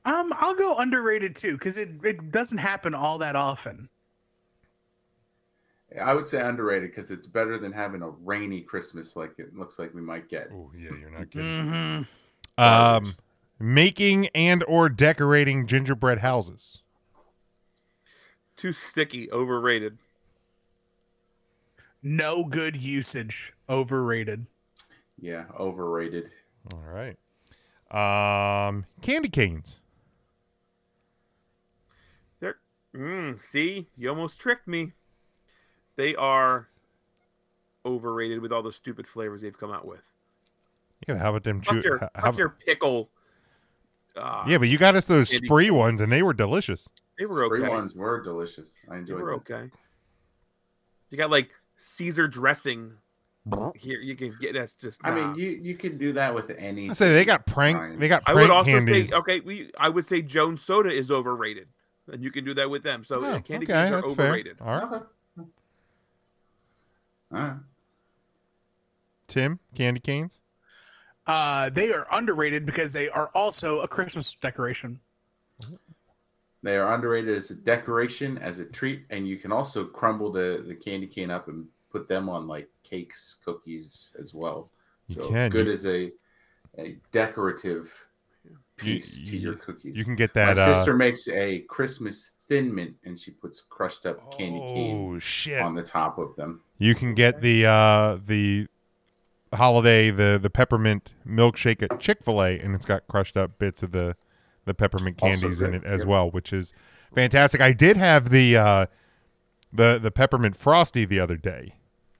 Um, I'll go underrated too because it it doesn't happen all that often.
I would say underrated because it's better than having a rainy Christmas like it looks like we might get.
oh yeah, you're not kidding. *laughs* Um, making and or decorating gingerbread houses.
Too sticky. Overrated.
No good usage. Overrated.
Yeah, overrated.
All right. Um, candy canes.
They're mm, see, you almost tricked me. They are overrated with all the stupid flavors they've come out with.
Yeah, how about them?
Fuck
Chew-
your,
how-
fuck your pickle. Uh,
yeah, but you got us those
candy
spree ones, and they were delicious.
they were
Spring
okay.
ones were delicious. I
They
enjoyed
were
them.
okay. You got like Caesar dressing here. You can get that's just.
I mean,
nah.
you you can do that with any.
I say they got prank.
Fine.
They got
I
prank
would also
candies.
say okay. We I would say Jones Soda is overrated, and you can do that with them. So
Oh,
uh, candy
okay,
canes are
that's
overrated.
Fair. All right,
Okay. All right.
Tim, candy canes.
Uh, they are underrated because they are also a Christmas decoration.
They are underrated as a decoration, as a treat, and you can also crumble the, the candy cane up and put them on like cakes, cookies as well.
You
So
can.
good
You-
as a a decorative
You-
piece to
you-
your cookies.
You can get that.
My
uh,
sister makes a Christmas thin mint, and she puts crushed up candy cane
oh shit!
on the top of them.
You can get the uh the holiday the the peppermint milkshake at Chick fil A, and it's got crushed up bits of the the peppermint
Also
candies in
good,
it as
yeah.
well, which is fantastic. I did have the uh the the peppermint frosty the other day.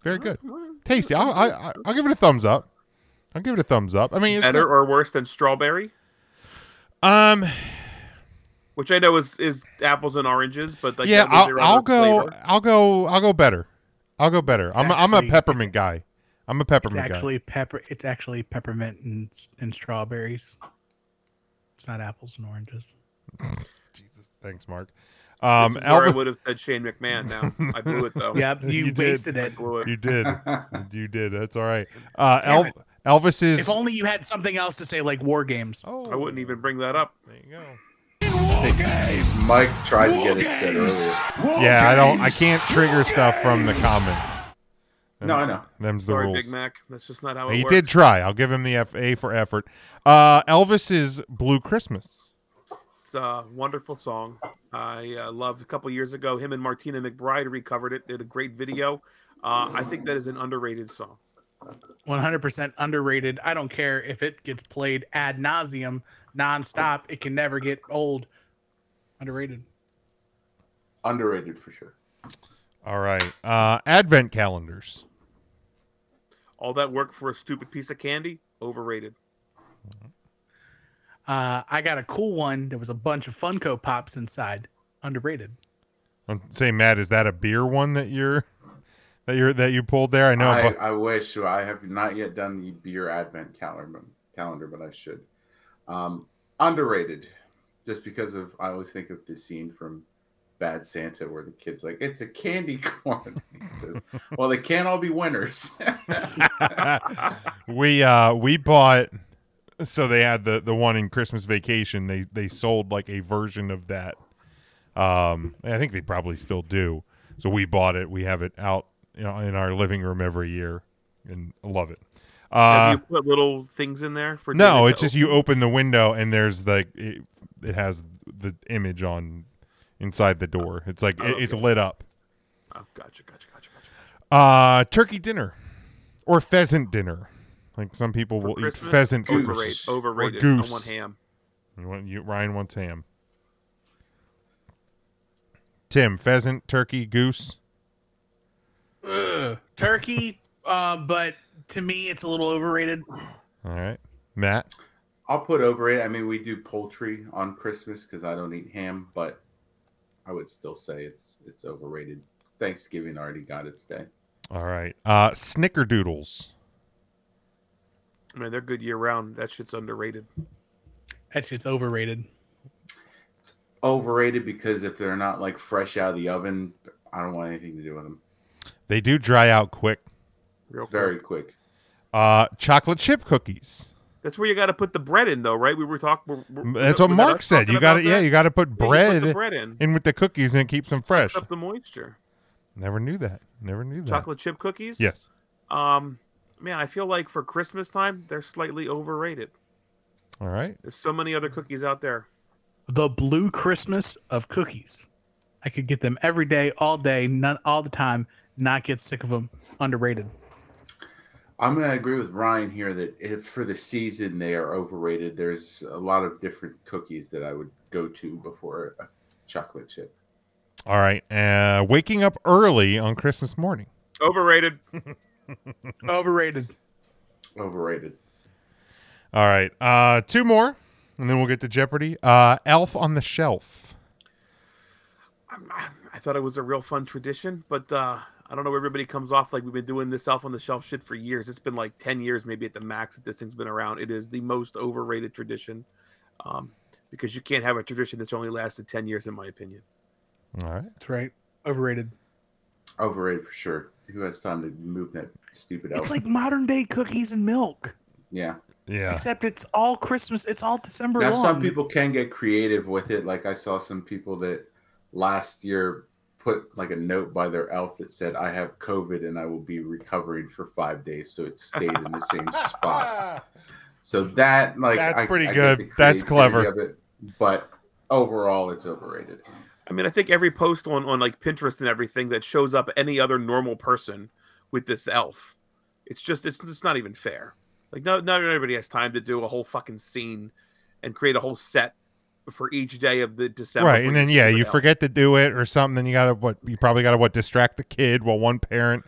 Very good,
Mm-hmm.
tasty. I'll, I I- I'll give it a thumbs up. I'll give it a thumbs up. I mean, it's
Better
not-
or worse than strawberry,
um,
which I know is is apples and oranges, but like
yeah,
that means
I'll,
they're
I'll
other
go.
flavor.
I'll go. I'll go better. I'll go better. I'm a, I'm a
actually-
peppermint guy. I'm a
It's
peppermint guy.
actually pepper. It's actually peppermint and and strawberries. It's not apples and oranges.
Jesus, thanks, Mark.
This
Um,
is where I
Elvis,
would have said Shane McMahon. Now I blew it
*laughs*
though.
Yep, you,
You did.
wasted it.
blew it.
you
*laughs*
did, you did. That's all
*laughs*
right. Uh, Elv-
Damn
Elvis is.
If only you had something else to say, like war games.
oh,
I wouldn't even bring that up.
There you go.
Mike tried to get it said earlier.
yeah, I don't. I can't trigger stuff from the comments.
No, I know.
Them's the
Sorry,
rules.
Big Mac. That's just not how it
he
works.
did try. I'll give him the F A for effort. Uh, Elvis's Blue Christmas.
It's a wonderful song. I uh, loved a couple years ago. Him and Martina McBride recovered it. Did a great video. Uh, I think that is an underrated song.
One hundred percent underrated. I don't care if it gets played ad nauseum nonstop. It can never get old. Underrated.
Underrated for sure.
All right. Uh, Advent calendars.
All that work for a stupid piece of candy? Overrated.
Uh, I got a cool one. There was a bunch of Funko Pops inside. Underrated.
I'm saying, Matt, is that a beer one that you're that you're that you pulled there? I know.
I,
but-
I wish I have not yet done the beer advent calendar, calendar, but I should. Um, underrated, just because of I always think of the scene from Bad Santa, where the kid's like, "It's a candy *laughs* corn." He says, "Well, they can't all be winners." *laughs*
we uh we bought so they had the the one in Christmas Vacation. They they sold like a version of that. Um, and I think they probably still do. So we bought it. We have it out you know, in our living room every year, and love it. Uh,
Have you put little things in there for?
no,
dinner
it's
to
just you open the window and there's like it, it has the image on inside the door. It's like it, it's lit up.
Oh, gotcha, gotcha, gotcha, gotcha.
Uh, turkey dinner or pheasant dinner. Like some people
For
will
Christmas? Oh,
eat e- pheasant for
Overrated,
Christmas.
overrated. I
Or goose.
want ham.
You want you Ryan wants ham. Tim, pheasant, turkey, goose.
Ugh. Turkey, uh, but to me, it's a little overrated.
All right, Matt.
I'll put over it. I mean, we do poultry on Christmas because I don't eat ham, but I would still say it's it's overrated. Thanksgiving already got its day.
All right, uh, snickerdoodles.
Man, they're good year round. That shit's underrated.
That shit's overrated.
Overrated because if they're not like fresh out of the oven, I don't want anything to do with them.
They do dry out quick.
Real quick.
Very quick.
Uh, chocolate chip cookies.
That's where you got to put the bread in, though, right? We were talking.
That's what Mark said. You got to yeah, you got to put
Yeah, you put
bread,
the bread in.
with the cookies, and it keeps them fresh.
Up the moisture.
Never knew that. Never knew that.
Chocolate chip cookies.
Yes.
Um, man, I feel like for Christmas time they're slightly overrated.
All right.
There's so many other cookies out there.
The blue Christmas of cookies. I could get them every day, all day, none, all the time. Not get sick of them. Underrated.
I'm going to agree with Ryan here that if for the season they are overrated, there's a lot of different cookies that I would go to before a chocolate chip.
All right. Uh, waking up early on Christmas morning.
Overrated.
Overrated.
Overrated.
All right. Uh, two more, and then we'll get to Jeopardy. Uh, Elf on the Shelf.
I'm- I, I thought it was a real fun tradition, but uh, I don't know. Everybody comes off like we've been doing this off on the shelf shit for years. It's been like ten years, maybe at the max, that this thing's been around. It is the most overrated tradition, um, because you can't have a tradition that's only lasted ten years, in my opinion.
All right.
That's right. Overrated.
Overrated for sure. Who has time to move that stupid elf?
It's like modern day cookies and milk,
yeah.
Yeah.
except it's all Christmas. It's all December
Now,
long.
some people can get creative with it. Like I saw some people that last year put like a note by their elf that said, "I have COVID and I will be recovering for five days," so it stayed in the same spot. So that like
That's
I-
pretty
I get
good.
the
That's clever.
creativity of it, but overall, it's overrated.
I mean, I think every post on on like Pinterest and everything that shows up any other normal person with this elf, it's just it's it's not even fair. Like no, not everybody has time to do a whole fucking scene and create a whole set for each day of the December.
Right,
for
and then
each
yeah,
different
you
elf.
forget to do it or something. Then you gotta what? You probably gotta what? Distract the kid while one parent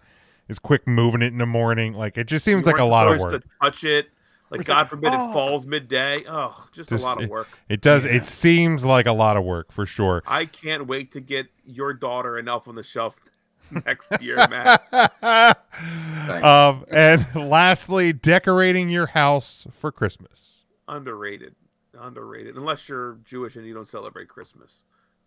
is quick moving it in the morning. Like it just seems
You
like a
weren't
lot of
supposed
work.
To touch it, like
It's
God
like,
forbid
oh.
it falls midday. Oh, just,
Just-
a lot of work.
It does. It seems like a lot of work for sure. *laughs*
I can't wait to get your daughter an elf on the shelf
*laughs*
next year, Matt.
um, and *laughs* lastly, decorating your house for Christmas. *laughs*
underrated, underrated. Unless you're Jewish and you don't celebrate Christmas,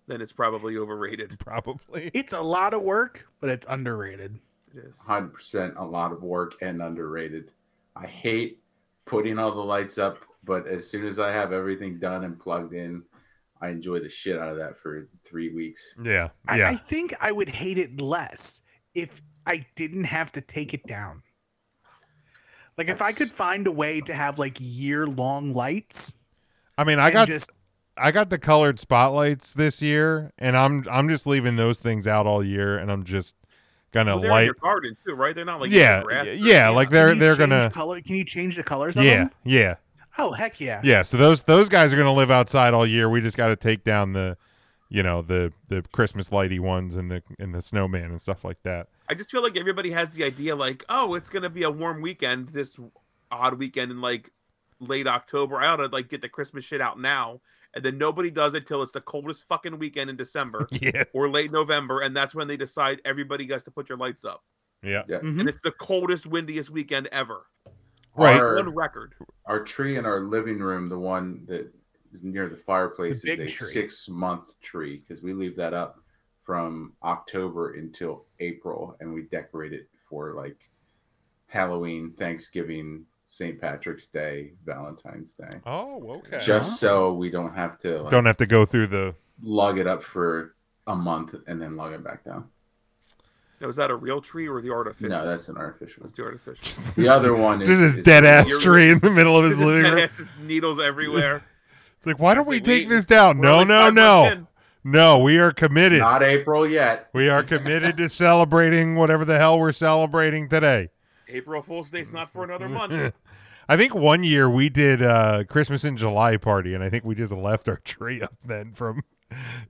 then it's probably overrated.
Probably.
It's a lot of work, but it's underrated.
It is.
Hundred percent, a lot of work and underrated. I hate putting all the lights up, but as soon as I have everything done and plugged in, I enjoy the shit out of that for three weeks.
Yeah.
I,
Yeah.
I think I would hate it less if I didn't have to take it down. Like if I could find a way to have like year long lights,
I mean, I
and
got
just
I got the colored spotlights this year, and I'm I'm just leaving those things out all year, and I'm just gonna
Well, they're in
light.
your garden too, right? They're not like in
yeah,
the grass
y-
or
yeah,
anything.
like
can
they're
you
they're
change
gonna
color. Can you change the colors? Of
yeah
them?
yeah
Oh heck yeah.
yeah. So those those guys are gonna live outside all year. We just got to take down the, you know the the Christmas lighty ones and the and the snowman and stuff like that.
I just feel like everybody has the idea, like, oh, it's gonna be a warm weekend, this odd weekend in like late October. I ought to like get the Christmas shit out now, and then nobody does it till it's the coldest fucking weekend in December
*laughs* Yeah
or late November, and that's when they decide everybody gets to put your lights up.
yeah
Yeah.
Mhm.
And it's the coldest, windiest weekend ever
right.
Our-
on record.
our tree in our living room, the one that is near the fireplace,
The
is
big
a
tree.
six month tree because we leave that up from October until April, and we decorate it for like Halloween, Thanksgiving, St. Patrick's Day, Valentine's Day.
Oh, okay.
Just so we don't have to like,
Don't have to go through the.
log it up for a month and then log it back down.
Now, is that a real tree or the artificial?
No, that's
*laughs*
an artificial.
That's the artificial. *laughs*
The other one is
Just this dead ass
You're-
tree in the middle of his
This is
living room.
dead-ass, just needles everywhere.
It's like, why don't
It's
we
like
take
we-
this down? *laughs*
we're
No,
only
no,
five months
no. No, we are committed.
not April yet.
We are committed to celebrating whatever the hell we're celebrating today.
April Fool's Day's not for
*laughs*
another month.
I think one year we did a Christmas in July party, and I think we just left our *laughs* tree up then from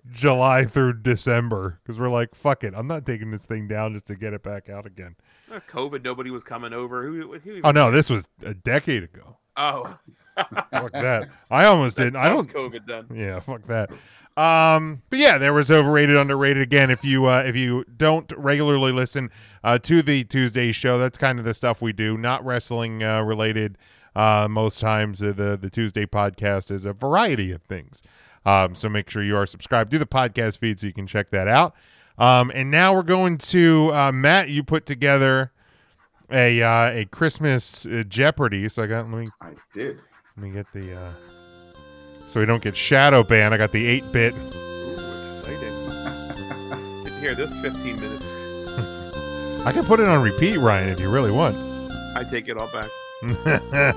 July through December because we're like, fuck it, I'm not taking this thing down just to get it back out again.
Uh, COVID, nobody was coming over. Who, who even-
Oh no, this was a decade ago.
Oh.
Fuck that. I almost didn't. I don't. *laughs*
COVID then.
Yeah, fuck that. Um, but yeah, there was overrated, underrated again. If you uh, if you don't regularly listen uh, to the Tuesday show, that's kind of the stuff we do, not wrestling uh, related. Uh, most times uh, the the Tuesday podcast is a variety of things. Um, so make sure you are subscribed to the podcast feed so you can check that out. Um, and now we're going to uh, Matt. You put together a uh, a Christmas uh, Jeopardy. So I got let me
I did.
let me get the uh so we don't get shadow banned. I got the eight bit.
Ooh, *laughs* exciting. Didn't hear this 15 minutes.
I can put it on repeat, Ryan, if you really want.
I take it all back.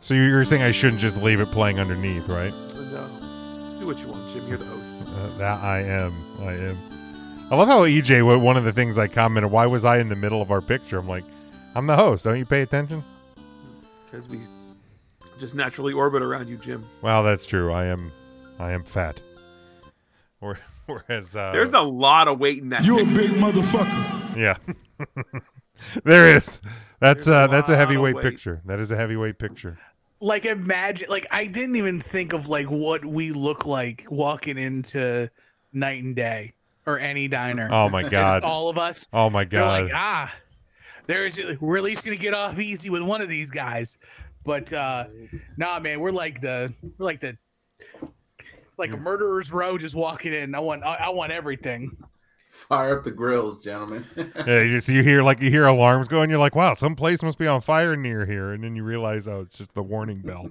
so you're saying I shouldn't just leave it playing underneath, right?
No. Do what you want, Jim. You're the host.
Uh, that I am. I am. I love how EJ. wa- One of the things I commented, why was I in the middle of our picture? I'm like, I'm the host. Don't you pay attention?
Because we just naturally orbit around you, Jim.
Well, that's true. I am. I am fat. Or, *laughs* whereas uh,
There's a lot of weight in that.
You a
picture.
big motherfucker.
Yeah. *laughs* there is. That's
There's
uh
a
that's a
lot of
heavyweight
weight.
picture. That is a heavyweight picture.
Like imagine, like I didn't even think of like what we look like walking into Night and Day or any diner.
Oh
*laughs*
my god.
Just all of us.
Oh my
They're
god.
like, ah, there's we're at least gonna get off easy with one of these guys. But uh nah man, we're like the we're like the like a murderer's row just walking in. I want I, I want everything.
Fire up the grills, gentlemen. *laughs*
"Ah."
yeah, you just you hear like you hear alarms going, you're like, wow, some place must be on fire near here, and then you realize, oh, it's just the warning
*laughs*
bell.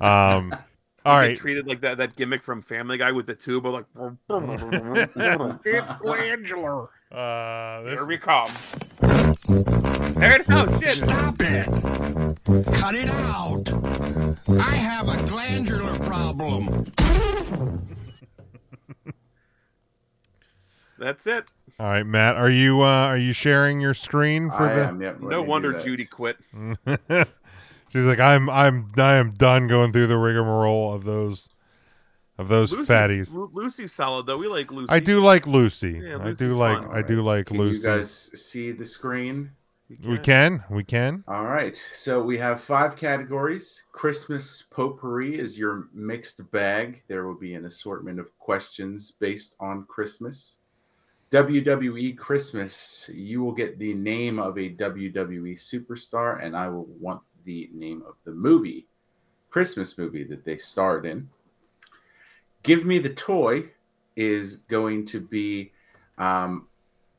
Um, all
You get
right,
treated like that, that gimmick from Family Guy with the tube. I'm like, brum, brum, brum, brum,
*laughs*
brum.
*laughs* It's glandular.
uh, this,
here we come. There it oh shit.
Stop it! Cut it out! I have a glandular problem.
That's it.
all right, Matt, are you uh, are you sharing your screen for
I
the?
am, yep, let
No
me do
wonder
that.
Judy quit.
*laughs* She's like, I'm I'm I am done going through the rigmarole of those of those
Lucy's,
fatties.
Lu- Lucy's solid though. We like Lucy.
I do like Lucy.
Yeah,
I
Lucy's
do like
fun.
I do like
Can
Lucy.
you guys see the screen?
we can we can.
All right. So we have five categories. Christmas potpourri is your mixed bag. There will be an assortment of questions based on Christmas. WWE E Christmas, you will get the name of a WWE superstar, and I will want the name of the movie, Christmas movie that they starred in. Give Me the Toy is going to be um,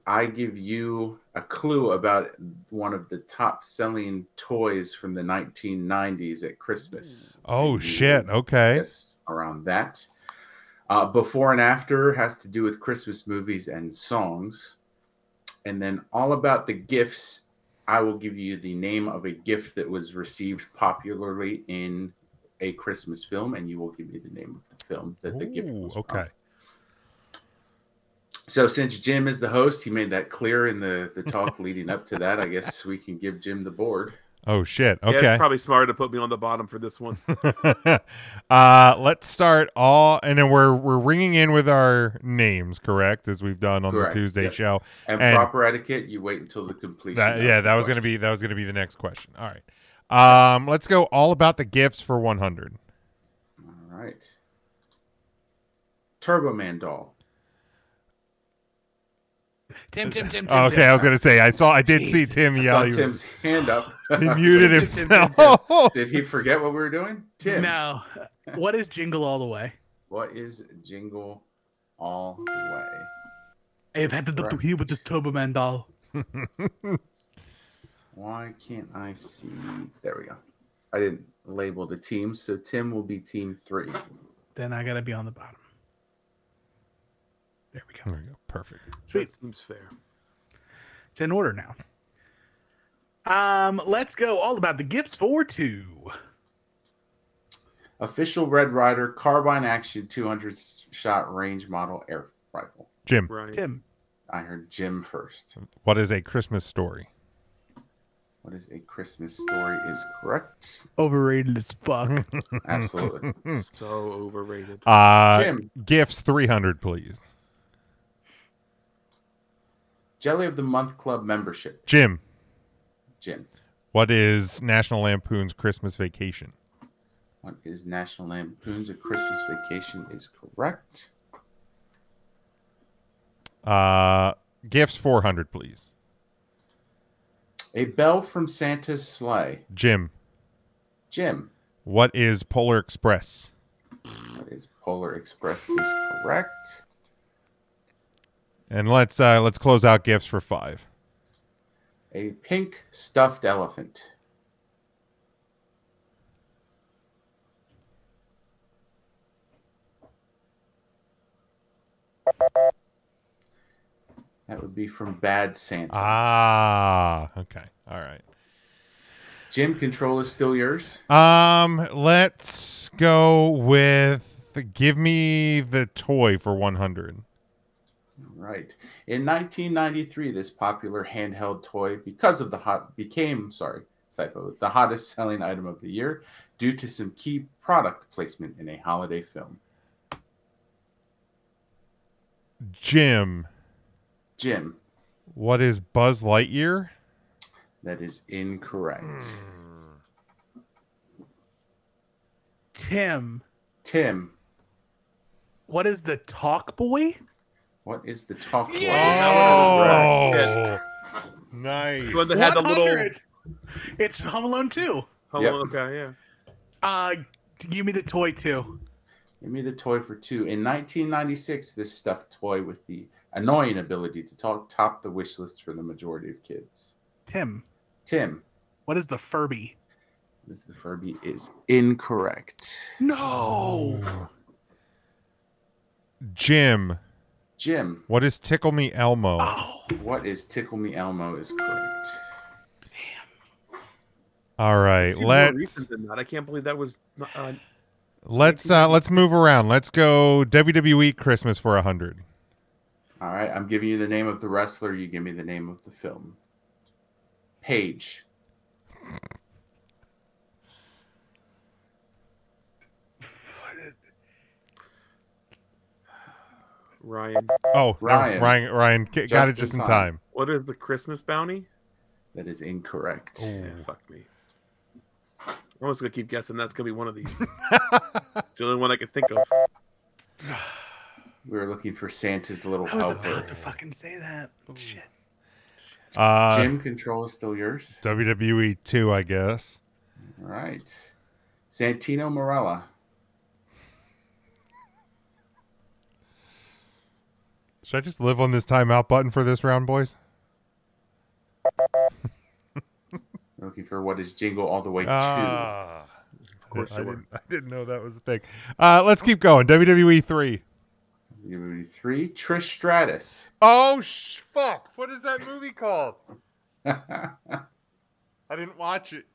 I give you a clue about one of the top selling toys from the 1990s at Christmas.
Oh shit! Okay.
Yes, around that. Uh, before and after has to do with Christmas movies and songs. And then all about the gifts, I will give you the name of a gift that was received popularly in a Christmas film, and you will give me the name of the film that the gift
Ooh,
was from.
okay.
So since Jim is the host, he made that clear in the
*laughs*
the talk leading up to that. I guess we can give Jim the board.
Oh shit.
Yeah,
Okay.
it's probably smarter to put me on the bottom for
*laughs*
this one.
uh let's start all and then we're we're ringing in with our names correct as we've done on
Correct,
the tuesday
yep.
show
And,
And-
proper etiquette, you wait until the completion.
that, yeah that was gonna be that was gonna be the next question all right um let's go all about the gifts for 100
All right. Turbo Man doll.
Tim, Tim, Tim, Tim.
okay
Tim.
i was gonna say i saw i did see
Jesus.
tim
Saw
yell he,
*laughs* Tim's
was,
hand up.
he muted
Tim, Tim, Tim,
himself *laughs*
Did he forget what we were doing? Tim,
No. What is Jingle All the Way?
what is Jingle all the way.
I have had to do here with this Turbo Man doll.
Why can't I see? There we go. I didn't label the team, so Tim will be team three.
then I gotta be on the bottom.
There we go. Perfect.
Sweet.
seems fair.
It's in order now. Um, let's go all about the gifts for two.
Official Red Rider carbine action 200 shot range model air rifle.
Jim.
Right.
Tim.
I heard Jim first.
What is a Christmas story?
What is a Christmas story is
*laughs*
correct.
Overrated as fuck.
Absolutely.
Hmm.
So overrated.
Uh,
Jim.
Gifts 300, please.
Jelly of the Month Club membership.
Jim,
Jim.
what is National Lampoon's Christmas Vacation?
What is National Lampoon's A Christmas Vacation is correct.
Uh, gifts 400, please.
A Bell from Santa's Sleigh.
Jim,
Jim.
what is Polar Express?
What is Polar Express is correct.
And let's uh, let's close out gifts for five.
A pink stuffed elephant. That would be from Bad Santa.
Ah, okay, all right.
Jim, control is still yours.
Um, let's go with give me the toy for 100.
Right. In 1993, this popular handheld toy, because of the hot, became sorry typo, the hottest selling item of the year due to some key product placement in a holiday film.
Jim,
Jim,
what is Buzz Lightyear?
that is incorrect.
Tim,
Tim,
what is the talk boy?
what is the talk?
Oh,
Correct.
nice.
The one that had the little.
100. It's Home Alone 2.
Oh,
Yep.
Okay, yeah.
Uh give me the toy too.
Give me the toy for two. In 1996, this stuffed toy with the annoying ability to talk topped the wish list for the majority of kids.
Tim,
Tim,
what is the Furby?
Mr. Furby is incorrect.
No.
Jim,
Jim,
what is Tickle Me Elmo?
what is Tickle Me Elmo is correct.
All right,
It's even more
let's
recent than that. I can't believe that was. not- Uh,
let's uh let's move around. Let's go WWE Christmas for 100.
All right, I'm giving you the name of the wrestler. You give me the name of the film. Paige.
Ryan,
Oh, Ryan,
Ryan.
Ryan, Ryan g- got it
Just
just
in
in time.
time.
what is the Christmas bounty?
That is incorrect.
Oh.
Yeah, fuck me. I'm just gonna keep guessing. That's gonna be one
*laughs*
of these. it's the only one I can think of.
We were looking for Santa's little
Oh, I was
helper.
about to fucking say that. Shit.
Uh,
Jim, control is still yours.
WWE 2, I guess.
All right. Santino Morella.
Should I just live on this timeout button for this round, boys?
Looking for what is Jingle All the Way to.
Ah, of
course
I,
you were.
didn't, I didn't know that was a thing. Uh, let's keep going. E WWE 3.
Give me Three. Trish Stratus. *laughs*
Oh, sh- fuck. What is that movie called? I didn't watch it.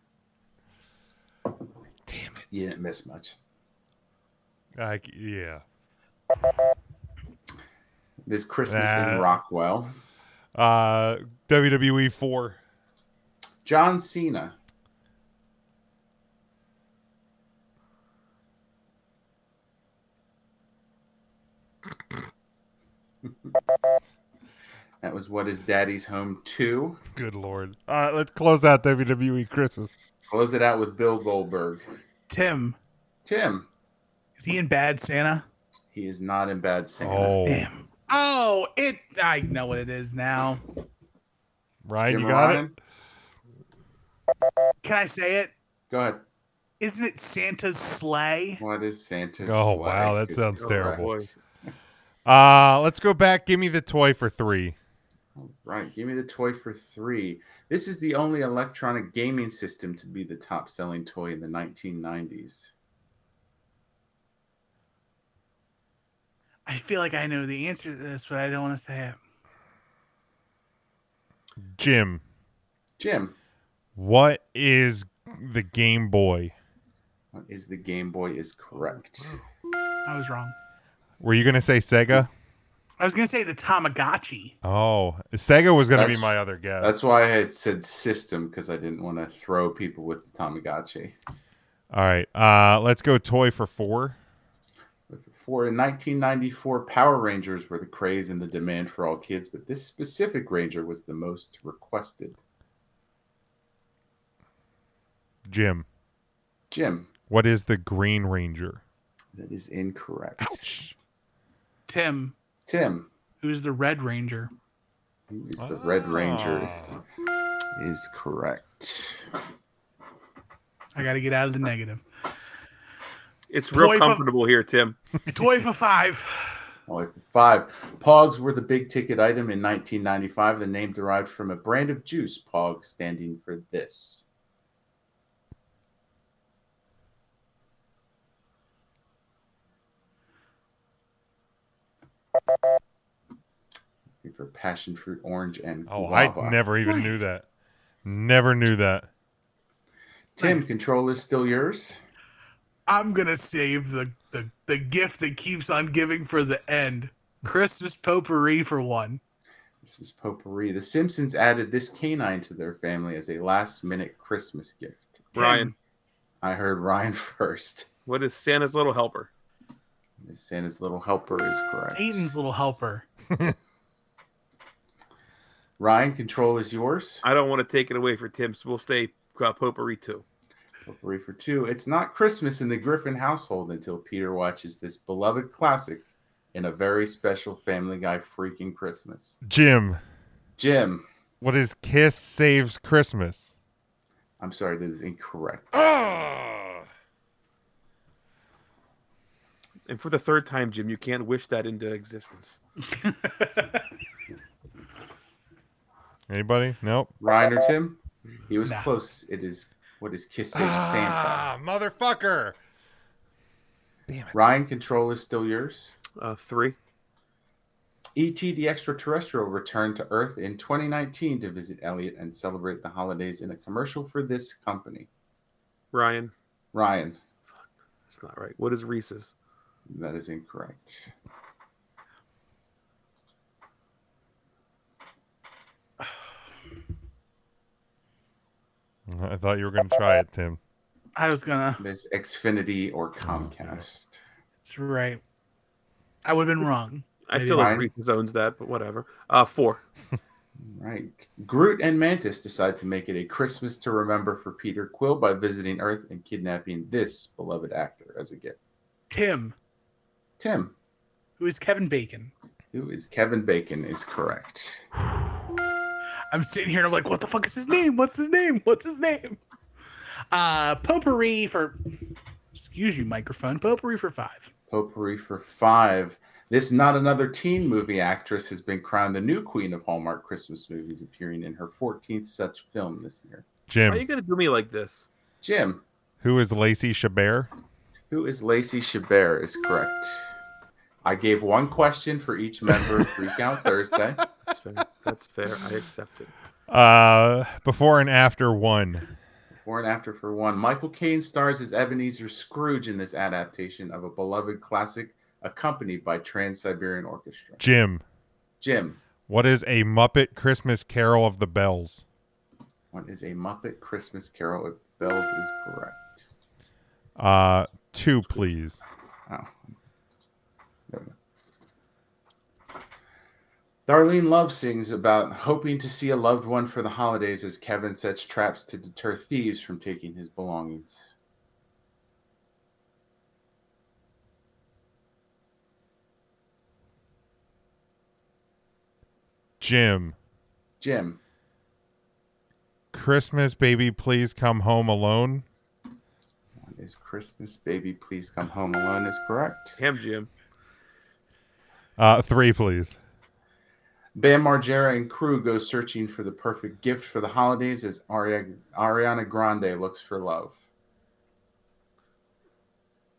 You didn't miss much.
I c yeah.
This Christmas
That-
in Rockwell.
Uh, WWE 4.
John Cena. *laughs* that was what is Daddy's Home 2.
Good lord. All right, let's close out WWE Christmas.
Close it out with Bill Goldberg.
Tim,
Tim,
is he in Bad Santa?
he is not in bad Santa.
Oh,
Damn. Oh, it I know what it is now.
Ryan,
Jim
you got
Ryan?
it?
Can I say it?
Go ahead.
Isn't it Santa's sleigh?
What is Santa's
Oh, wow,
sleigh
that
is
sounds
correct.
terrible.
Boy,
Uh, let's go back. Give me the toy for three.
Right. Give me the toy for three. This is the only electronic gaming system to be the top selling toy in the 1990s.
I feel like I know the answer to this, but I don't want to say it.
Jim,
Jim,
what is the Game Boy?
what is the Game Boy is correct.
I was wrong.
Were you gonna say Sega?
I was gonna say the Tamagotchi.
Oh, Sega was gonna be
That's-
my other guess.
That's why I had said system because I didn't want to throw people with the Tamagotchi.
All right. Uh, let's go toy for four.
For in 1994, Power Rangers were the craze and the demand for all kids, but this specific Ranger was the most requested.
Jim,
Jim,
what is the Green Ranger?
that is incorrect.
Tim,
Tim,
who's the Red Ranger?
who is the Red Ranger, is correct.
I gotta get out of the negative.
It's real
Toy for-
comfortable here, Tim.
Toy for five.
Only for five. Pogs were the big ticket item in 1995. The name derived from a brand of juice, Pog, standing for this. Looking For passion fruit, orange, and
Oh,
guava.
I never even knew that. Never knew that.
Tim, control is still yours.
I'm gonna save the, the the gift that keeps on giving for the end. Christmas potpourri for one.
This was potpourri. The Simpsons added this canine to their family as a last-minute Christmas gift.
Tim,
Ryan,
I heard Ryan *laughs* first.
what is Santa's little helper?
Miss Santa's little helper is correct.
Satan's little helper.
Ryan, control is yours.
I don't want to take it away for Tim, so we'll stay uh, potpourri too.
Potpourri for two. It's not Christmas in the Griffin household until Peter watches this beloved classic in a very special Family Guy freaking Christmas.
Jim,
Jim,
what is Kiss Saves Christmas?
I'm sorry, that is incorrect.
And for the third time, Jim, you can't wish that into existence.
Anybody? Nope.
Ryan or Tim? He was close. It is what is Kiss Save Santa?
Ah, motherfucker.
Ryan, control is still yours.
Uh, three.
E.T. the Extraterrestrial returned to Earth in 2019 to visit Elliot and celebrate the holidays in a commercial for this company.
Ryan,
Ryan,
that's not right. What is Reese's?
that is incorrect.
I thought you were gonna try it, Tim.
I was gonna.
Miss Xfinity or Comcast.
That's right. I would have been wrong.
I
Maybe
feel like
Ryan.
Reese's owns that, but whatever. Uh, four.
Right. Groot and Mantis decide to make it a Christmas to remember for Peter Quill by visiting Earth and kidnapping this beloved actor as a gift.
Tim,
Tim,
who is Kevin Bacon?
who is Kevin Bacon, is correct.
I'm sitting here and I'm like, what the fuck is his name? What's his name? What's his name? Uh, potpourri for. Excuse you, microphone. Potpourri for five.
Potpourri for five. This not another teen movie actress has been crowned the new queen of Hallmark Christmas movies, appearing in her 14th such film this year.
Why are you
Jim,
gonna do me like this?
Jim,
who is Lacey Chabert?
who is Lacey Chabert, is correct. I gave one question for each member of Freak Out Thursday.
That's fair. That's fair. I accept it.
Uh, before and after one.
Before and after for one. Michael Caine stars as Ebenezer Scrooge in this adaptation of a beloved classic accompanied by Trans Siberian Orchestra.
Jim,
Jim,
what is a Muppet Christmas Carol of the Bells?
what is a Muppet Christmas Carol? If Bells is correct.
Uh, two, please.
Oh. There we go. Darlene Love sings about hoping to see a loved one for the holidays as Kevin sets traps to deter thieves from taking his belongings.
Jim,
Jim,
Christmas baby, please come home alone.
what is Christmas Baby Please Come Home Alone is correct.
Ham Jim.
Uh, three, please.
Bam Margera and crew go searching for the perfect gift for the holidays as Ari- Ariana Grande looks for love.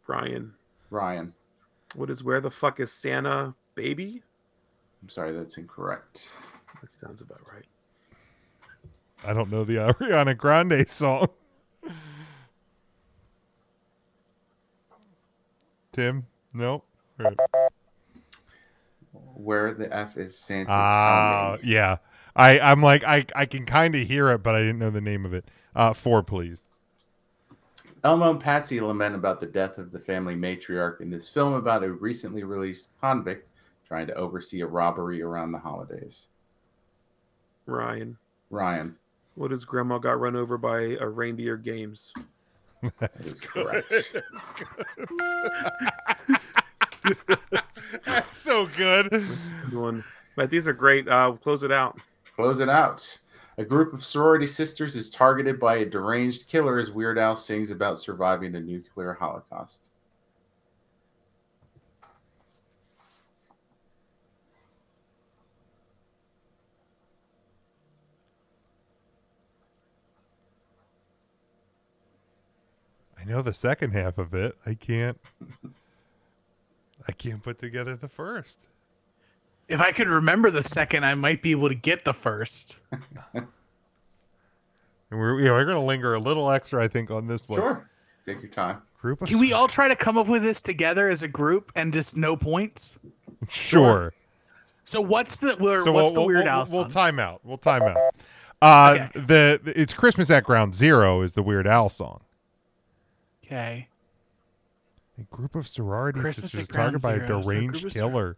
Brian.
Ryan.
What is where the fuck is Santa, baby?
I'm sorry, that's incorrect.
That sounds about right.
I don't know the *laughs* Ariana Grande song. Tim? Nope. Right.
Where the F is Santa?
Ah,
Tommy?
yeah. I, I'm like, I, I can kind of hear it, but I didn't know the name of it. Uh, four, please. *laughs*
Elmo and Patsy lament about the death of the family matriarch in this film about a recently released convict trying to oversee a robbery around the holidays.
Ryan.
Ryan.
What is grandma got run over by a reindeer games?
*laughs* That's
is correct.
That's so good.
Good one. But these are great. Uh, we'll close it out.
Close it out. A group of sorority sisters is targeted by a deranged killer as Weird Al sings about surviving a nuclear holocaust.
I know the second half of it. I can't. I can't put together the first.
If I could remember the second, I might be able to get the first.
And we're yeah, we're gonna linger a little extra, I think, on this one.
Sure. Take your time.
Group of
Can we all try to come up with this together as a group and just no points?
sure.
So what's the where, what's the Weird
we'll,
Al
We'll
song?
time out. We'll time out. Uh, the, the- it's Christmas at Ground Zero is the Weird Al song.
okay.
A group of sorority
Christmas at
sisters
Ground
targeted by a
Zero, so a
deranged
group of sor-
killer.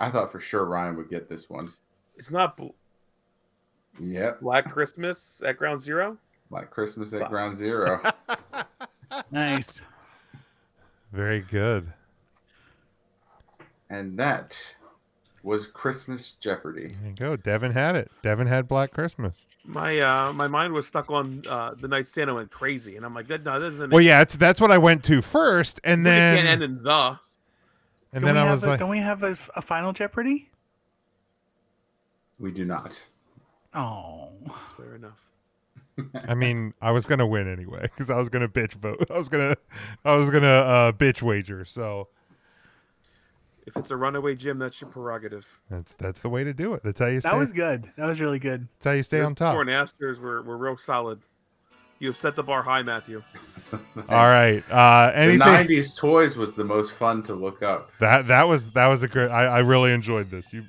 I thought for sure Ryan would get this one.
It's not bl-
Yep.
Black Christmas at Ground Zero.
Like Christmas at Ground
*laughs*
Zero.
Nice.
Very good.
and that was Christmas Jeopardy.
There you go. Devin had it. Devin had Black Christmas.
My uh, my mind was stuck on uh, the night Santa went crazy, and I'm like, that, no, that doesn't.
Well,
make-
yeah, it's, that's what I went to first, and
It really
then
can't end in the.
and
Don't
then
we
I
have
was
a,
like,
don't we have a, a final Jeopardy?
We do not.
Oh,
Fair enough.
I mean, I was gonna win anyway because I was gonna bitch vote. *laughs* I was gonna, I was gonna uh, bitch wager. So
If it's a runaway gym, that's your prerogative.
that's that's the way to do it. That's how you stay.
that was good. That was really good.
that's how you stay
Those
on top.
Corn Asters were, were real solid. You have set the bar high, Matthew.
All right. Uh, anything
The 90s toys was the most fun to look up.
that that was that was a good. I, I really enjoyed this. You,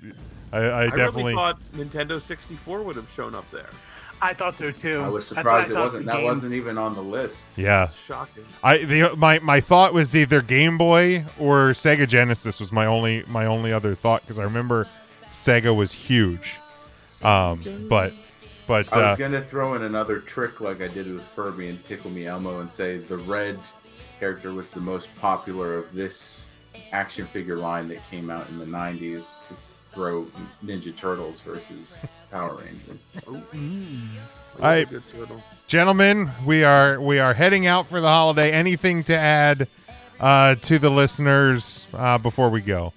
I, I
I
definitely.
really thought Nintendo 64 would have shown up there.
I thought so too.
I was
That's what
surprised
I
it
thought
wasn't.
the
That
game-
wasn't even on the list.
yeah.
It's shocking.
I the my my thought was either Game Boy or Sega Genesis was my only my only other thought because I remember Sega was huge. Um, but but
I
uh,
was gonna throw in another trick like I did with Furby and Tickle Me Elmo and say the red character was the most popular of this action figure line that came out in the 90s to s- throw Ninja Turtles versus Power Rangers.
I love a
I-
good turtle.
gentlemen, we are we are heading out for the holiday. Anything to add uh, to the listeners uh, before we go?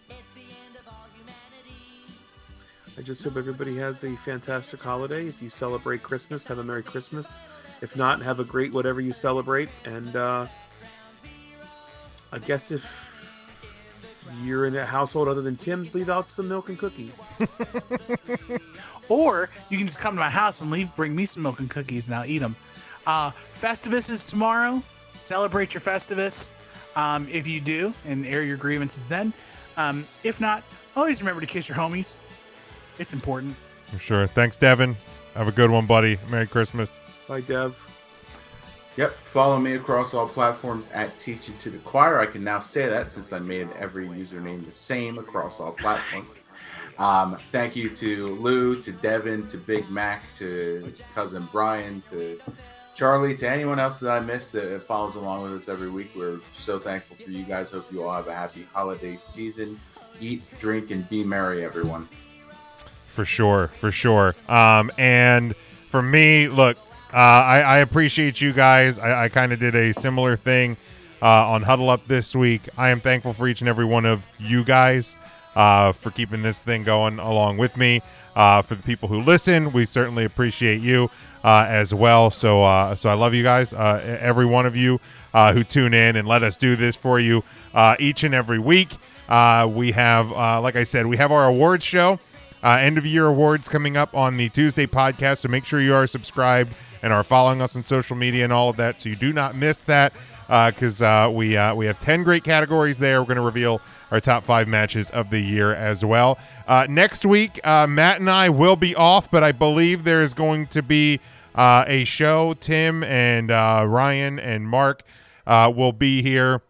I just hope everybody has a fantastic holiday. If you celebrate Christmas, have a Merry Christmas. If not, have a great whatever you celebrate. And uh, I guess if you're in a household other than Tim's, leave out some milk and cookies.
Or you can just come to my house and leave, bring me some milk and cookies, and I'll eat them. Uh, Festivus is tomorrow. Celebrate your Festivus um, if you do, and air your grievances then. Um, if not, always remember to kiss your homies. It's important.
For sure. Thanks, Devin. Have a good one, buddy. Merry Christmas.
Bye, Dev.
Yep, follow me across all platforms at Teaching to the Choir. I can now say that since I made every username the same across all platforms. Um, thank you to Lou, to Devin, to Big Mac, to cousin Brian, to Charlie, to anyone else that I missed that follows along with us every week. We're so thankful for you guys. Hope you all have a happy holiday season. Eat, drink, and be merry, everyone.
For sure, for sure. Um, and for me, look, uh, I, I appreciate you guys. I, I kind of did a similar thing. uh, on Huddle Up this week. I am thankful for each and every one of you guys uh, for keeping this thing going along with me. Uh, for the people who listen, we certainly appreciate you uh, as well. So, uh, so I love you guys, uh, e- every one of you uh, who tune in and let us do this for you uh, each and every week. Uh, we have, uh, like I said, we have our awards show. Uh, end of year awards coming up on the Tuesday podcast, so make sure you are subscribed and are following us on social media and all of that, so you do not miss that. Because uh, we uh, we have ten great categories there. We're going to reveal our top five matches of the year as well. Uh, next week, uh, Matt and I will be off, but I believe there is going to be uh, a show. Tim and uh, Ryan and Mark uh, will be here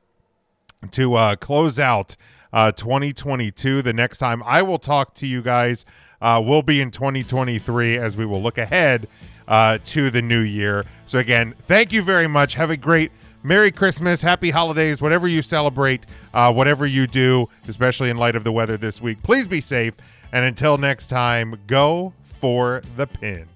to uh, close out uh, 2022. The next time I will talk to you guys uh, will be in 2023 as we will look ahead uh, to the new year. So, again, thank you very much. Have a great Merry Christmas, Happy Holidays, whatever you celebrate, uh, whatever you do, especially in light of the weather this week. Please be safe. And until next time, go for the pin.